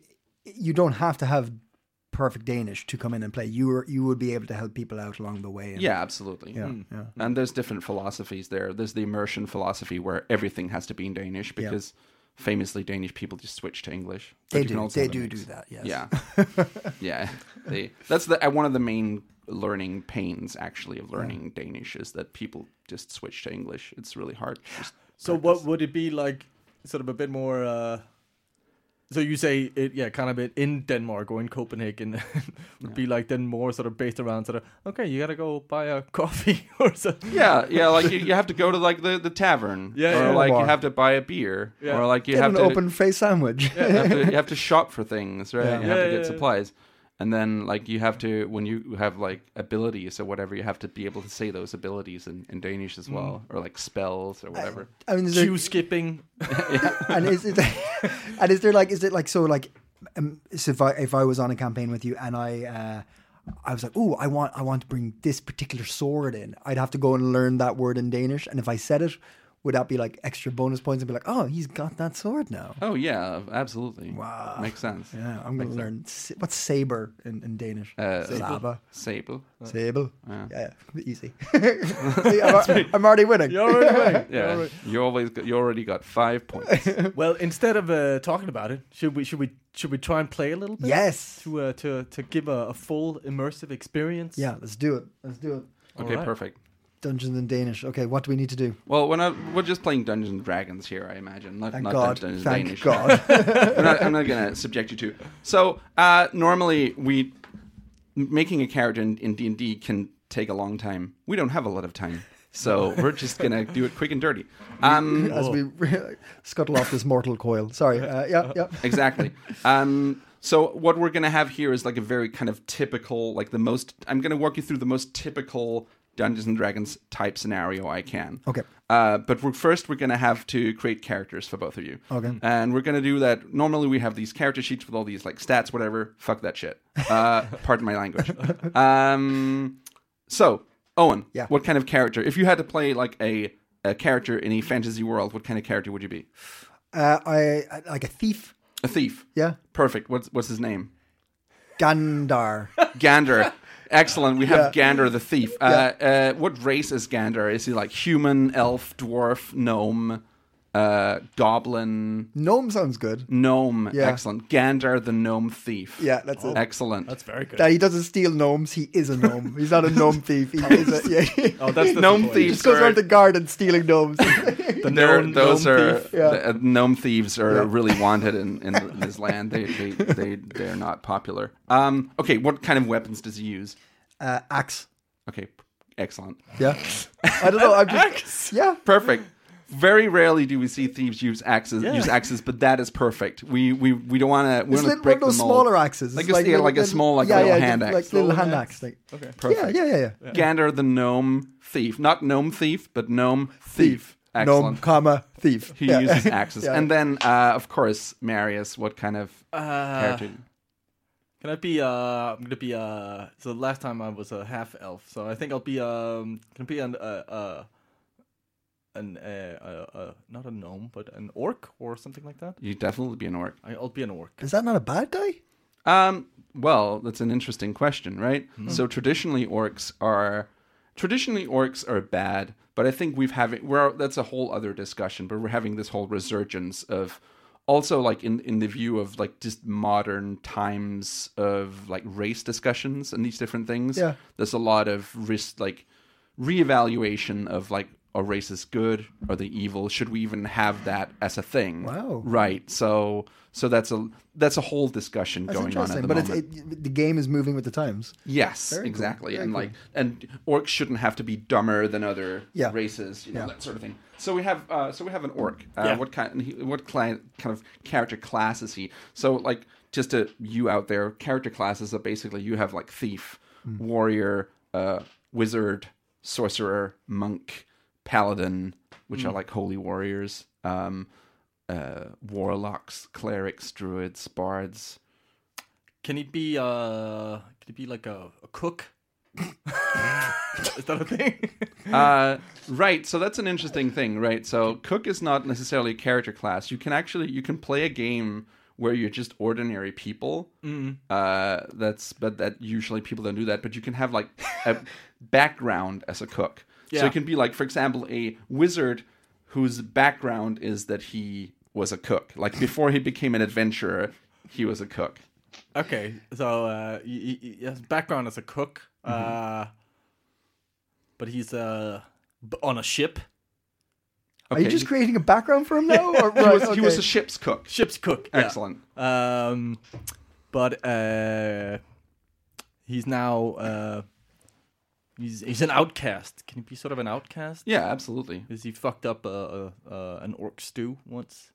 S2: you don't have to have perfect Danish to come in and play. You are, you would be able to help people out along the way. And,
S4: Yeah, absolutely. Mm.
S2: yeah, yeah.
S4: And there's different philosophies there. There's the immersion philosophy where everything has to be in Danish because famously Danish people just switch to English. But
S2: They
S4: you can
S2: do,
S4: also
S2: they
S4: have a
S2: do
S4: mix.
S2: do that. Yes.
S4: Yeah. yeah. They, that's the, uh, one of the main learning pains, actually, of learning Danish is that people just switch to English. It's really hard. Just
S3: So what would it be like? Sort of a bit more. Uh, so you say it, yeah, kind of it in Denmark or in Copenhagen would be like then more sort of based around sort of okay, you gotta go buy a coffee or something.
S4: yeah, yeah. Like you, you have to go to like the, the tavern,
S3: Yeah,
S4: or
S3: yeah.
S4: like you
S2: Bar.
S4: have to buy a beer,
S3: Yeah.
S4: or like you
S2: Get
S4: have
S2: an
S4: to
S2: open face sandwich.
S4: you have to, you have to shop for things, right? You have
S3: Yeah,
S4: to get
S3: yeah, yeah.
S4: supplies. And then, like, you have to, when you have, like, abilities or whatever, you have to be able to say those abilities in, in Danish as well,
S2: Mm.
S4: or, like, spells or whatever.
S2: I mean, is there-
S3: Shoe skipping.
S2: and is it and is there like is it like so like um, so if I if I was on a campaign with you and I uh, I was like oh I want I want to bring this particular sword in I'd have to go and learn that word in Danish and if I said it would that be like extra bonus points and be like oh he's got that sword now
S4: Oh, yeah, absolutely. Wow. Makes sense.
S2: yeah I'm gonna learn sa- what's saber in, in Danish uh, Saba.
S4: Sable. Uh,
S2: Sable yeah, yeah, easy See, I'm, al- I'm already winning
S3: You're already right.
S4: Yeah. You always got, you already got five points.
S3: Well, instead of uh, talking about it, should we should we should we try and play a little bit?
S2: yes
S3: To uh, to to give a, a full immersive experience.
S2: yeah let's do it let's do it
S4: Okay,
S3: right.
S4: perfect.
S2: Dungeons in Danish okay what do we need to do
S4: Well, when I, we're just playing Dungeons and Dragons here, I imagine. Not,
S2: Thank
S4: not
S2: God.
S4: Dungeons
S2: Thank
S4: Danish.
S2: God.
S4: I'm not, I'm not gonna subject you to. So uh, normally we making a character in D and D can take a long time. We don't have a lot of time, so we're just gonna do it quick and dirty. Um,
S2: as we scuttle off this mortal coil. Sorry. Uh, yeah, yeah.
S4: exactly. Um, so what we're gonna have here is like a very kind of typical, like the most. I'm gonna walk you through the most typical Dungeons and Dragons type scenario I can.
S2: Okay.
S4: Uh, but we're, first, we're gonna have to create characters for both of you.
S2: Okay.
S4: And we're gonna do that. Normally, we have these character sheets with all these like stats, whatever. Fuck that shit. Uh, pardon my language. Um, so, Owen,
S2: Yeah.
S4: what kind of character? If you had to play like a, a character in a fantasy world, what kind of character would you be?
S2: Uh, I, I like a thief.
S4: A thief.
S2: Yeah,
S4: Perfect. What's what's his name?
S2: Gandar.
S4: Gander. Excellent. We have Gander the thief. Uh, uh, what race is Gander? Is he like human, elf, dwarf, gnome, uh, goblin?
S2: Gnome sounds good.
S4: Mm. Gnome.
S2: Yeah.
S4: Excellent. Gander the gnome thief.
S2: Yeah, that's it.
S4: Excellent.
S3: That's very good.
S2: That he doesn't steal gnomes. He is a gnome. He's not a gnome thief. He is a yeah.
S3: oh, that's the
S4: Gnome
S3: point.
S2: he
S4: thieves
S2: just goes
S4: are,
S2: around the garden stealing gnomes.
S4: the gnome,
S3: gnome-
S4: those
S3: gnome
S4: are
S3: thief.
S2: Yeah.
S4: the, uh, gnome thieves are really wanted in, in this land. They they they they're not popular. Um, okay, what kind of weapons does he use?
S2: uh, axe.
S4: Okay, excellent.
S2: Yeah. I don't know. I'm just yeah.
S4: Perfect. Very rarely do we see thieves use axes,
S3: Yeah.
S4: use axes, but that is perfect. We we, we don't want to. We
S2: It's
S4: want to
S2: like one
S4: break
S2: of those
S4: the mold.
S2: smaller axes.
S4: like
S2: It's
S4: a, yeah, like a
S2: little-
S4: small, like
S2: yeah,
S4: little
S2: yeah,
S4: hand
S2: just
S4: axe.
S2: like little hand
S3: axe.
S2: axe. Like,
S3: Okay.
S2: yeah, yeah, yeah, yeah.
S4: Gander the gnome thief, not gnome thief, but gnome thief. Excellent.
S2: Gnome, comma thief.
S4: He
S2: Yeah.
S4: uses axes,
S2: Yeah.
S4: and then uh, of course Marius. What kind of
S3: Uh,
S4: character?
S3: Can I be? Uh, I'm gonna be. Uh, so last time I was a half elf, so I think I'll be. Um, can I be an uh, uh an uh, uh, uh, not a gnome, but an orc or something like that.
S4: You definitely be an orc.
S3: I- I'll be an orc.
S2: Is that not a bad guy?
S4: Um, well, that's an interesting question, right?
S2: Hmm.
S4: So traditionally, orcs are traditionally orcs are bad, but I think we've having we're that's a whole other discussion. But we're having this whole resurgence of also like in in the view of like just modern times of like race discussions and these different things.
S2: Yeah.
S4: there's a lot of risk like reevaluation of like are races good are they evil should we even have that as a thing
S2: Wow.
S4: right so so that's a that's a whole discussion
S2: That's
S4: going on at
S2: interesting.
S4: the
S2: But it's,
S4: moment.
S2: it, the game is moving with the times.
S4: yes,
S2: Very cool.
S4: exactly,
S2: Very
S4: and like, and orcs shouldn't have to be dumber than other
S2: Yeah.
S4: races, you know,
S2: Yeah.
S4: that sort of thing. So we have, uh, so we have an orc. Uh,
S3: Yeah.
S4: What kind? he- What cli- kind of character class is he? So like, just to you out there, character classes are basically you have like thief,
S2: Hmm.
S4: warrior, uh, wizard, sorcerer, monk, paladin, which
S2: Hmm.
S4: are like holy warriors. Um, uh, warlocks, clerics, druids, bards,
S3: Can he be? Uh, can he be like a, a cook? Is that a thing?
S4: uh, right so that's an interesting thing right so cook is not necessarily a character class you can actually you can play a game where you're just ordinary people
S3: Mm-hmm.
S4: uh, that's but that usually people don't do that but you can have like a background as a cook so
S3: Yeah.
S4: it can be like for example a wizard whose background is that he was a cook like before he became an adventurer he was a cook
S3: okay, so uh, y- y- y- his background as a cook, uh, but he's uh b- on a ship.
S2: Are you just creating a background for him now? Or,
S4: he, was,
S2: right,
S4: he was
S2: okay.
S4: a ship's cook
S3: Ship's cook. yeah.
S4: excellent
S3: Um, but uh, he's now uh, he's he's an outcast. Can he be sort of an outcast?
S4: yeah absolutely
S3: Is he fucked up a, a, a an orc stew once?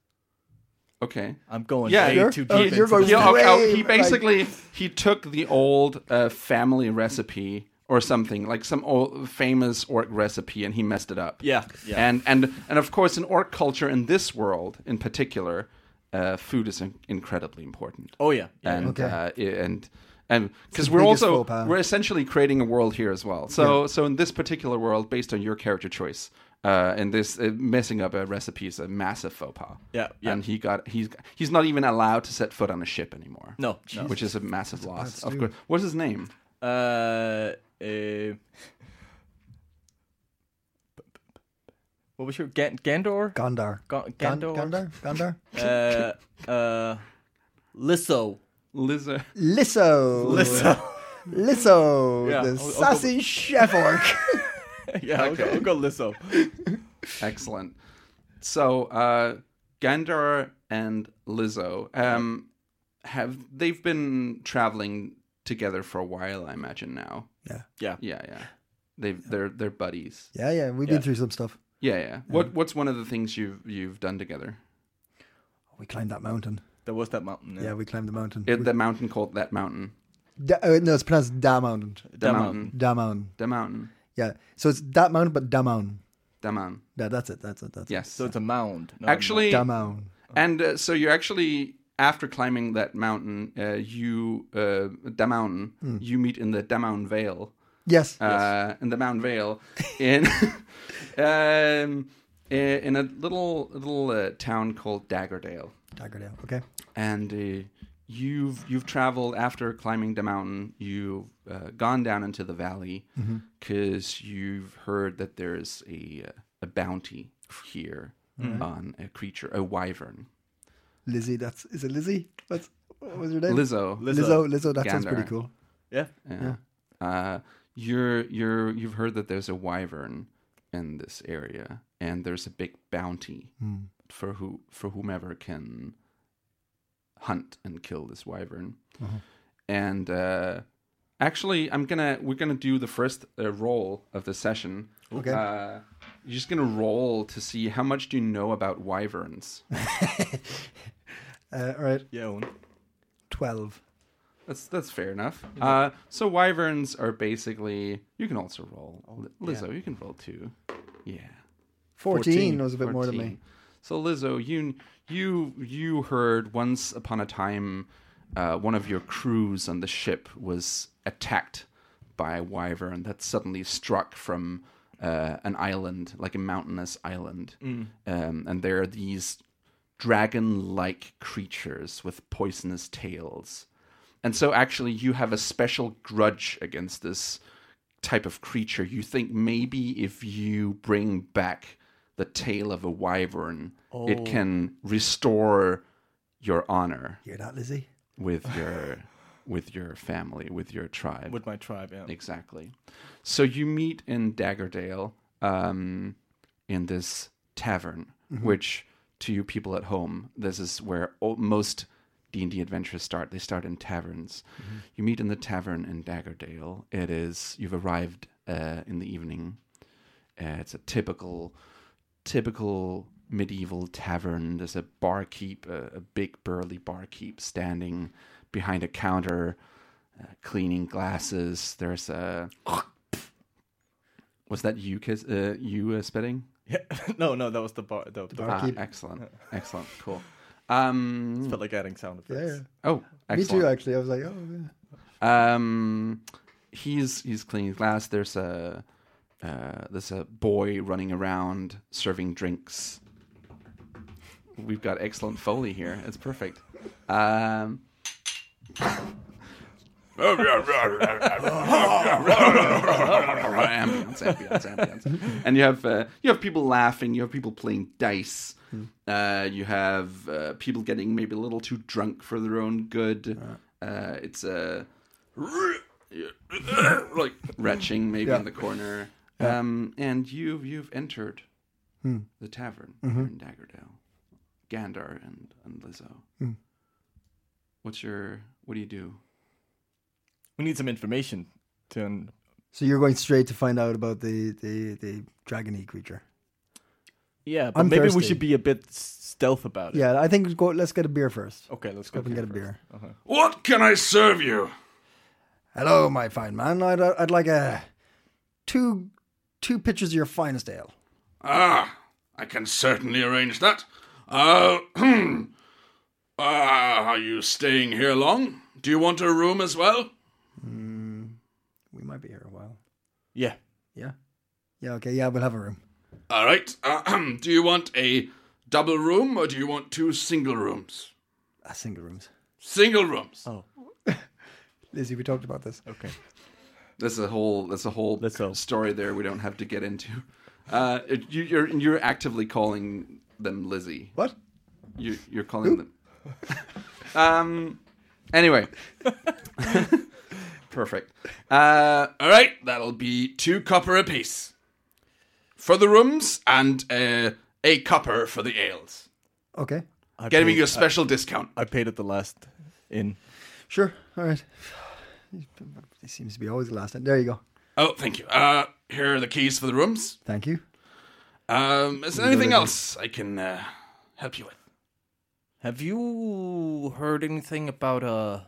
S4: okay
S3: I'm going
S4: Yeah,
S3: way
S4: you're-
S3: too deep.
S2: oh,
S3: into
S2: you're going
S3: this.
S4: he,
S2: way-
S4: okay, okay, he
S2: like-
S4: basically he took the old uh, family recipe or something like some old famous orc recipe and he messed it up
S3: Yeah, yeah.
S4: and and and of course in orc culture in this world in particular uh, food is in- incredibly important
S3: Oh yeah, yeah.
S4: and
S2: Okay.
S4: uh, i- and and because
S2: the
S4: we're
S2: biggest
S4: also
S2: faux pas.
S4: we're essentially creating a world here as well. So so in this particular world, based on your character choice, uh, and this uh, messing up a recipe is a massive faux pas.
S3: Yeah, yeah.
S4: And he got he's he's not even allowed to set foot on a ship anymore.
S3: No, no.
S4: which is a massive loss. Of course, what's his name?
S3: Uh, uh, what was your Gan- Gandor?
S2: Gondar.
S3: Ga-
S2: Gan-
S3: Gandor?
S2: Gondar? Gondar?
S3: Uh, uh, Lisso.
S4: Lizard.
S2: Lisso. Lisso,
S3: Yeah,
S2: the
S3: I'll- I'll go
S2: sassy chef orc.
S3: yeah, I'll, go, I'll go Lisso.
S4: Excellent. So uh, Gandor and Lizzo um, have they've been traveling together for a while, I imagine now.
S3: Yeah.
S4: Yeah, yeah. They they're they're buddies.
S2: yeah, yeah, we've
S3: Yeah.
S2: been through some stuff.
S4: Yeah, yeah. What what's one of the things you've you've done together?
S2: We climbed that mountain.
S3: There was that mountain.
S2: Yeah, we climbed the mountain.
S4: It, the mountain called that mountain.
S2: Da- uh, no, it's pronounced Da Mountain.
S4: The
S3: That
S4: mountain.
S2: Da Mountain.
S4: The mountain.
S2: Yeah, so it's that mountain, but Da Mountain.
S4: The mountain.
S2: Yeah, that's it. That's it. That's
S4: Yes.
S3: So it's a mound. not a
S4: actually,
S2: it. Da Mountain.
S4: and uh, so you're actually after climbing that mountain, uh, you uh, the mountain, you meet in the Da Mountain Vale.
S2: Yes.
S4: uh, in the Mountain Vale, in um, in in a little little uh, town called Daggerdale,
S2: Daggerdale. Okay.
S4: and uh, you've you've traveled after climbing the mountain. You've uh, gone down into the valley because you've heard that there's a uh, a bounty here on a creature, a wyvern,
S2: Lizzie. That's is it Lizzie? What's what was her name?
S4: Lizzo.
S2: Lizzo. Lizzo. That sounds
S4: Gander.
S2: pretty cool.
S3: Yeah.
S4: Yeah. Uh, you're you're you've heard that there's a wyvern in this area, and there's a big bounty
S2: Hmm.
S4: for who for whomever can hunt and kill this wyvern. And uh, actually, I'm gonna we're gonna do the first uh, roll of the session.
S2: Okay.
S4: Uh, you're just gonna roll to see how much do you know about wyverns.
S2: Uh, all right.
S3: Yeah. Owen.
S2: Twelve.
S4: That's that's fair enough. Uh, so wyverns are basically you can also roll Li- Lizzo. You can roll two. Yeah,
S2: 14, was a bit more than
S4: 14.
S2: me.
S4: So Lizzo, you you you heard once upon a time uh, one of your crews on the ship was attacked by a wyvern that suddenly struck from uh, an island, like a mountainous island,
S2: Mm.
S4: um, and there are these dragon-like creatures with poisonous tails. And so actually you have a special grudge against this type of creature. You think maybe if you bring back the tail of a wyvern, it can restore your honor
S2: Hear that, Lizzie?
S4: with your with your family, with your tribe.
S3: With my tribe. Yeah.
S4: Exactly. So you meet in Daggerdale um, in this tavern, which to you people at home, this is where o- most D and D adventures start. They start in taverns. You meet in the tavern in Daggerdale. It is you've arrived uh, in the evening. Uh, it's a typical, typical medieval tavern. There's a barkeep, a, a big burly barkeep, standing behind a counter, uh, cleaning glasses. There's a. Was that you, kiss, uh, you uh, spitting?
S3: yeah. no, no, that was the bar. The, the bar.
S4: Ah, excellent, excellent, cool. Um,
S3: Felt like adding sound
S2: Yeah.
S3: effects.
S4: oh,
S2: Me
S4: excellent.
S2: too. Actually, I was like, oh, yeah.
S4: Um, he's he's cleaning glass. There's a uh, there's a boy running around serving drinks. We've got excellent foley here. It's perfect. Um, ambience, ambience, ambience. And you have uh, you have people laughing. You have people playing dice. Uh, you have uh, people getting maybe a little too drunk for their own good. Uh, it's a like retching maybe in the corner. Um, and you've you've entered the tavern here in Daggerdale, Gandar and and Lizzo. What's your what do you do?
S3: We need some information to. un-
S2: So you're going straight to find out about the the the dragony creature.
S3: Yeah, but
S2: I'm
S3: maybe we
S2: thirsty.
S3: should be a bit stealth about it.
S2: Yeah, I think go, let's get a beer first.
S3: Oh, Okay, let's go
S2: Go up and get a
S3: first.
S2: beer.
S4: What can I serve you?
S2: Hello, my fine man. I'd uh, I'd like a two two pitchers of your finest ale.
S4: Ah, I can certainly arrange that. Uh, ah, are you staying here long? Do you want a room as well?
S2: We might be here a while.
S3: Yeah.
S2: Yeah. Yeah. Okay. Yeah, we'll have a room.
S4: All right. Ahem. do you want a double room or do you want two single rooms?
S2: Uh, single rooms.
S4: Single rooms.
S3: Oh,
S2: Lizzie, we talked about this.
S3: okay.
S4: That's a whole. That's a whole
S3: That's all.
S4: story there. We don't have to get into. Uh, you, you're you're actively calling them Lizzie.
S2: What?
S4: You, you're calling them. um. Anyway. Perfect. Uh, all right, that'll be two copper apiece for the rooms and uh, a copper for the ales.
S2: Okay.
S3: I
S4: Getting
S3: paid-
S4: you a special discount.
S3: I paid at the last inn.
S2: Sure. All right. It seems to be always the last. Time. There you go.
S4: Oh, thank you. Uh, here are the keys for the rooms.
S2: Thank you.
S4: Um, is there anything else I can uh, help you with?
S3: Have you heard anything about uh,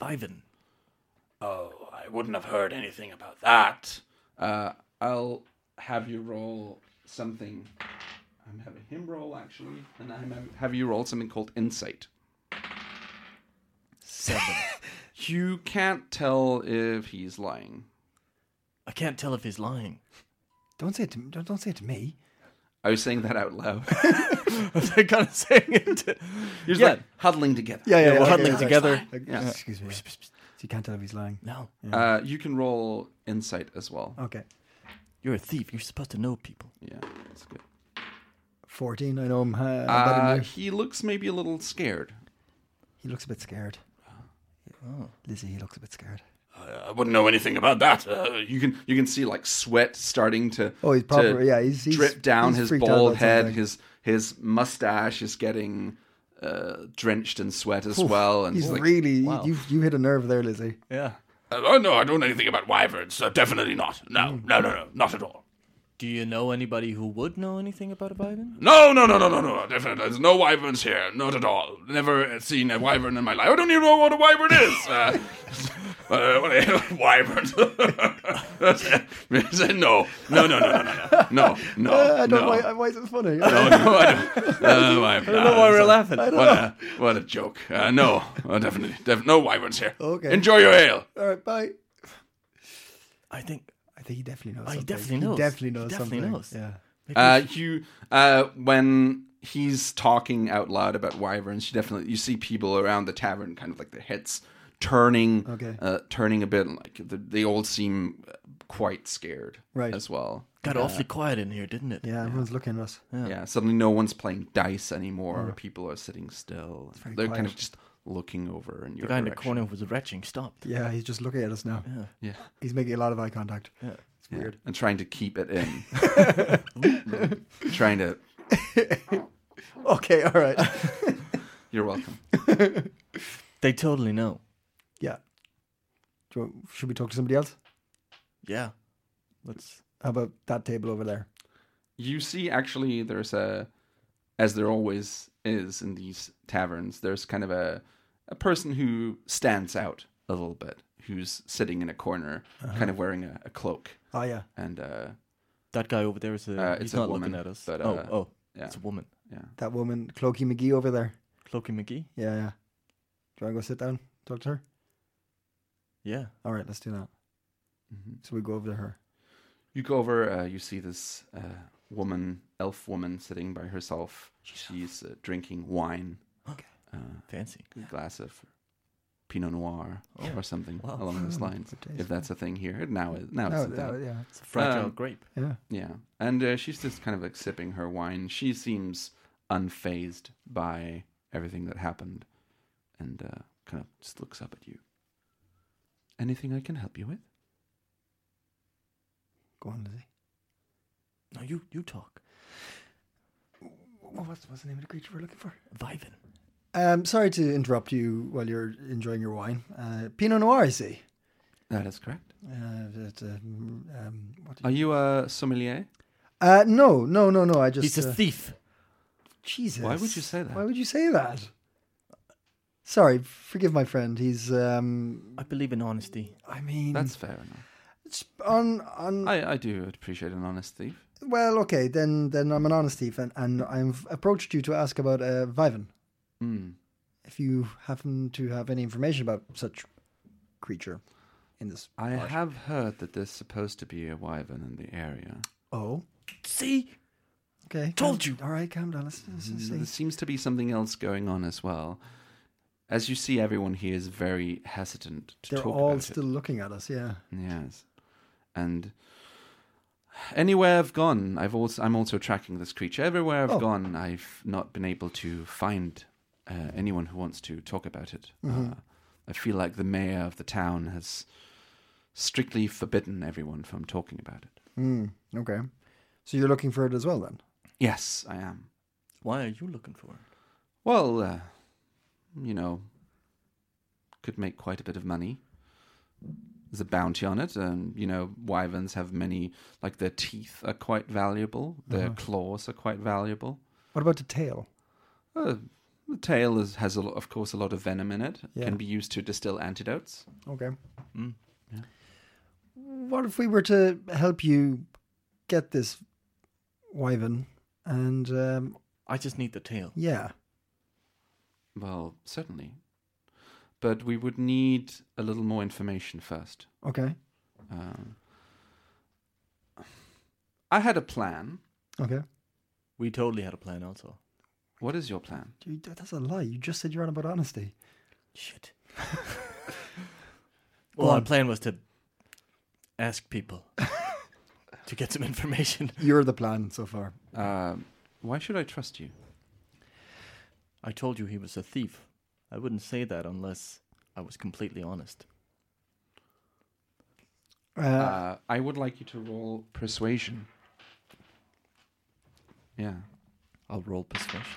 S3: Ivan?
S4: Oh, I wouldn't have heard anything about that. Uh, I'll have you roll something. I'm having him roll actually, and I'm hav- have you roll something called insight.
S3: Seven.
S4: You can't tell if he's lying.
S3: I can't tell if he's lying.
S2: Don't say it to me. Don't, don't say it to me.
S4: I was saying that out loud.
S3: They're kind of saying it. To,
S4: You're just
S3: Yeah.
S4: like huddling together.
S3: yeah, we're huddling together.
S2: Like,
S4: Yeah.
S2: Excuse me. So you can't tell if he's lying.
S3: no,
S4: Uh, you can roll insight as well.
S2: Okay.
S3: you're a thief. You're supposed to know people.
S4: Yeah, that's good.
S2: 14. I know him. Uh, better than
S4: Uh,
S2: you.
S4: he looks maybe a little scared.
S2: He looks a bit scared.
S3: oh.
S2: Lizzie, he looks a bit scared.
S4: I wouldn't know anything about that. Uh, you can you can see like sweat starting to
S2: Oh, he's
S4: to
S2: probably- yeah, he's- he's-
S4: drip down
S2: he's
S4: his
S2: freaked out
S4: bald
S2: about
S4: head.
S2: something.
S4: His his mustache is getting uh, drenched in sweat as well, and
S2: He's
S4: he's like,
S2: really you. You hit a nerve there, Lizzie.
S3: Yeah.
S5: Oh no, I don't know anything about wyverns. So definitely not. No, no, no, no, not at all.
S3: Do you know anybody who would know anything about a Biden?
S5: No, no, no, no, no, no. Definitely, there's no wyverns here. Not at all. Never seen a wyvern in my life. I don't even know what a wyvern is. Uh, uh, what a- wyvern. no, no, no, no, no, no, no, no.
S2: I don't.
S5: no.
S2: know Why, why is it funny?
S5: No, no, I don't. Uh, why,
S3: know why we're laughing. I
S5: What a, what a joke. Uh, no, uh, definitely, def- no wyverns here.
S2: Okay.
S5: Enjoy your ale.
S2: All right, bye.
S3: I think
S2: I think he definitely
S4: Oh,
S2: knows.
S3: he
S2: something.
S3: definitely knows.
S2: He definitely
S3: He
S2: knows.
S3: definitely
S2: something.
S3: knows.
S2: Yeah.
S4: Uh, you uh, when he's talking out loud about wyverns, you definitely you see people around the tavern, kind of like their heads turning,
S2: Okay.
S4: uh, turning a bit. and, Like the, they all seem quite scared,
S2: Right.
S4: As well.
S3: got awfully quiet in here, didn't it?
S2: Yeah. Everyone's looking at us.
S4: Yeah. Suddenly, no one's playing dice anymore. People are sitting still. They're kind of just looking over in your
S3: The guy in the
S4: direction.
S3: corner was retching. Stopped.
S2: Yeah. He's just looking at us now.
S4: Yeah.
S2: He's making a lot of eye contact.
S4: Yeah. And trying to keep it in. trying to.
S2: Okay. All right.
S4: You're welcome.
S3: They totally know.
S2: yeah. Do you want- should we talk to somebody else?
S3: Yeah. Let's.
S2: How about that table over there?
S4: you see actually there's a as there always is in these taverns there's kind of a a person who stands out a little bit who's sitting in a corner kind of wearing a, a cloak
S2: Oh yeah.
S4: and uh
S3: That guy over there is a.
S4: Uh,
S3: he's
S4: it's a
S3: not
S4: woman,
S3: looking at us.
S4: but, uh,
S3: oh, oh,
S4: yeah.
S3: it's a woman.
S2: That woman, Clokey McGee over there.
S3: Cloaky McGee.
S2: Yeah. Yeah. Do you want to go sit down? Talk to her.
S3: Yeah.
S2: All right. Let's do that. So we go over to her.
S4: mm-hmm. you go over uh, you see this uh woman elf woman sitting by herself she's uh, drinking wine uh,
S3: Fancy.
S4: a glass of pinot noir or something along those lines if that's a thing here now it- now
S2: Oh,
S4: it's a thing.
S2: oh, yeah.
S3: It's a fragile
S4: Um,
S3: grape.
S2: Yeah.
S4: Yeah, and uh, she's just kind of like sipping her wine. She seems unfazed by everything that happened, and uh, kind of just looks up at you. Anything I can help you with?
S2: Go on, Lizzie.
S3: No, you you talk.
S2: What- What's, what's the name of the creature we're looking for?
S3: Vivin.
S2: Um, sorry to interrupt you while you're enjoying your wine. Uh, Pinot Noir, I see.
S4: That is correct.
S2: Uh, it's, uh, um, what do
S4: Are you a sommelier?
S2: you- uh, no, no, no, no. I just.
S3: He's a
S2: uh,
S3: thief.
S2: Jesus.
S4: Why would you say that?
S2: Why would you say that? Sorry, forgive my friend. He's. Um,
S3: I believe in honesty.
S2: I mean,
S4: That's fair enough.
S2: it's on on.
S4: I, I do appreciate an honest thief.
S2: well, okay, then then I'm an honest thief, and, and I've approached you to ask about uh, Vivan.
S4: Hmm.
S2: If you happen to have any information about such creature in this.
S4: I have heard that there's supposed to be a wyvern in the area.
S2: Oh.
S3: See,
S2: Okay.
S3: Told
S2: calm-
S3: you.
S2: All right, calm down. Let's, let's, let's
S4: There
S2: see.
S4: seems to be something else going on as well. As you see, everyone here is very hesitant to
S2: They're
S4: talk
S2: all
S4: about it.
S2: still looking at us. Yeah.
S4: Yes, and anywhere I've gone, I've also I'm also tracking this creature. Everywhere I've
S2: Oh.
S4: gone, I've not been able to find uh, anyone who wants to talk about it. Uh, I feel like the mayor of the town has strictly forbidden everyone from talking about it.
S2: Mm, okay. So you're looking for it as well then?
S4: Yes, I am.
S3: why are you looking for it?
S4: Well, uh, you know, could make quite a bit of money. There's a bounty on it, and you know, wyverns have many. Like their teeth are quite valuable. Their claws are quite valuable.
S2: What about the tail?
S4: Uh, the tail is, has, a lot, of course, a lot of venom in it.
S2: Yeah.
S4: Can be used to distill antidotes.
S2: Okay.
S3: Hmm.
S2: What if we were to help you get this wyvern? And um,
S3: I just need the tail.
S2: yeah,
S4: Well, certainly, but we would need a little more information first.
S2: okay.
S4: Um, I had a plan.
S2: Okay.
S3: We totally had a plan also.
S4: What is your plan?
S2: Dude, that- that's a lie. You just said you're on about honesty.
S3: Shit. well, our plan was to ask people to get some information.
S2: You're the plan so far.
S4: Um, why should I trust you?
S3: I told you he was a thief. I wouldn't say that unless I was completely honest.
S2: Uh,
S4: Uh, I would like you to roll persuasion. Yeah,
S3: I'll roll persuasion.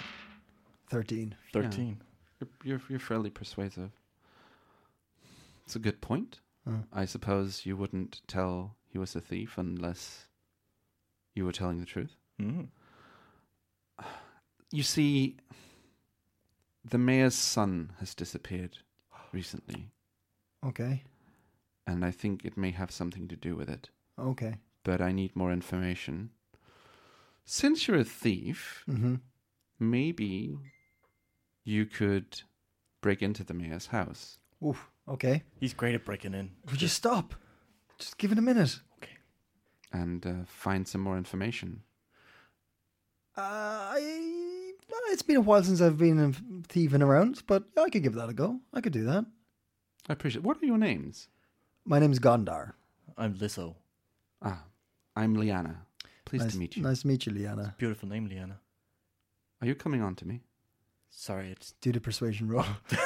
S2: 13.
S3: 13.
S4: you're you're, you're fairly persuasive. It's a good point.
S2: Uh.
S4: I suppose you wouldn't tell he was a thief unless you were telling the truth.
S3: Mm.
S4: You see, the mayor's son has disappeared recently,
S2: Okay.
S4: and I think it may have something to do with it.
S2: Okay.
S4: But I need more information. Since you're a thief,
S2: Mm-hmm.
S4: maybe you could break into the mayor's house.
S2: Oof. Okay.
S3: He's great at breaking in.
S2: Would you stop? Just give it a minute.
S4: and uh, find some more information.
S2: Uh, I, well, it's been a while since I've been in- thieving around, but I could give that a go. I could do that.
S4: I appreciate. What are your names?
S2: My name's Gondar.
S3: I'm Lisso.
S4: Ah, I'm Liana. Pleased
S2: nice,
S4: to meet you.
S2: Nice to meet you, Liana.
S3: Beautiful name, Liana.
S4: Are you coming on to me?
S3: Sorry, it's
S2: Do the persuasion roll.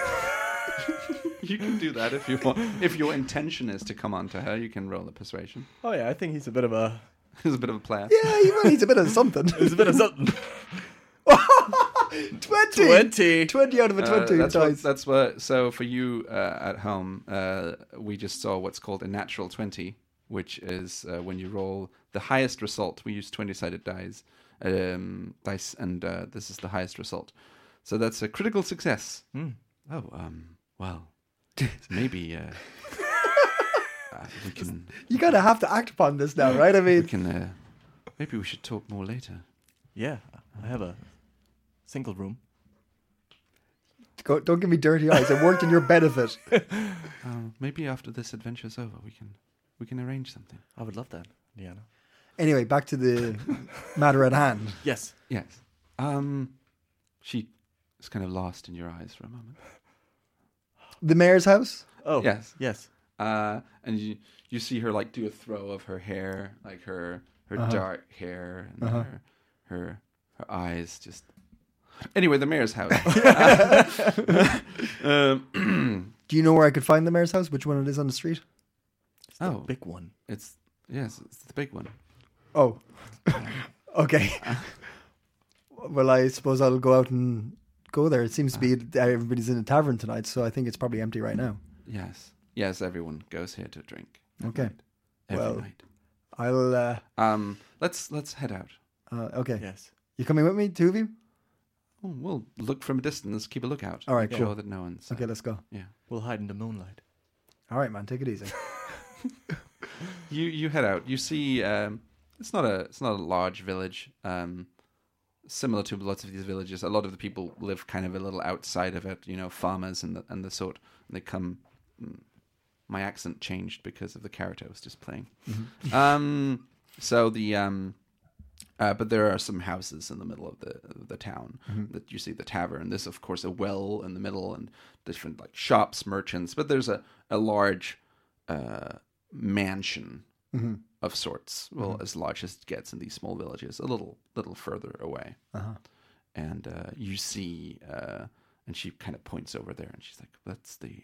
S4: You can do that if you want. if your intention is to come on to her, you can roll a persuasion.
S3: Oh yeah, I think he's a bit of a
S4: It's a bit of a player.
S2: yeah, he well, he's a bit of something.
S3: he's a bit of something.
S2: 20!
S3: 20.
S2: 20 out of a 20
S4: Uh, that's, what,
S2: dice.
S4: that's what. So for you uh, at home, uh, we just saw what's called a natural twenty, which is uh, when you roll the highest result. We use twenty-sided dice, um, dice, and uh, this is the highest result. So that's a critical success. Oh, um, well, maybe uh, uh, we can
S2: you kind of have to act upon this now, right? I
S4: we
S2: mean,
S4: can uh, maybe we should talk more later.
S3: Yeah, I have a single room.
S2: go, don't give me dirty eyes. It worked in your benefit.
S4: Uh, maybe after this adventure's over, we can we can arrange something.
S3: I would love that, Liana.
S2: Anyway, back to the matter at hand.
S3: Yes.
S4: Yes. Um, she is kind of lost in your eyes for a moment.
S2: The mayor's house?
S3: Oh.
S4: Yes.
S3: Yes.
S4: Uh, and you you see her like do a throw of her hair, like her her
S2: Uh-huh.
S4: dark hair and her her her eyes just. Anyway, the mayor's house. um,
S2: Do you know where I could find the mayor's house? Which one it is on the street?
S3: It's the
S4: Oh.
S3: big one.
S4: it's yes, it's the big one.
S2: Oh, okay. well, I suppose I'll go out and go there. It seems to be that everybody's in a tavern tonight, so I think it's probably empty right now.
S4: Yes, yes, everyone goes here to drink
S2: Okay.
S4: every
S2: Well-
S4: night.
S2: I'll. Uh,
S4: Um, let's let's head out.
S2: uh, okay.
S3: Yes.
S2: You coming with me, two of you?
S4: Oh, we'll look from a distance, keep a lookout.
S2: All right,
S4: make
S2: cool.
S4: sure that no one's uh,
S2: Okay, let's go.
S4: yeah.
S3: We'll hide in the moonlight.
S2: All right, man. Take it easy.
S4: You you head out. You see, um, it's not a it's not a large village. Um, similar to lots of these villages, a lot of the people live kind of a little outside of it. You know, farmers and the and the sort. And they come. mm, My accent changed because of the character I was just playing. um, so the um, uh, but there are some houses in the middle of the of the town that you see the tavern. There's of course a well in the middle and different like shops, merchants. But there's a a large uh, mansion of sorts. Well, as large as it gets in these small villages, a little little further away. And uh, you see, uh, and she kind of points over there, and she's like, "That's the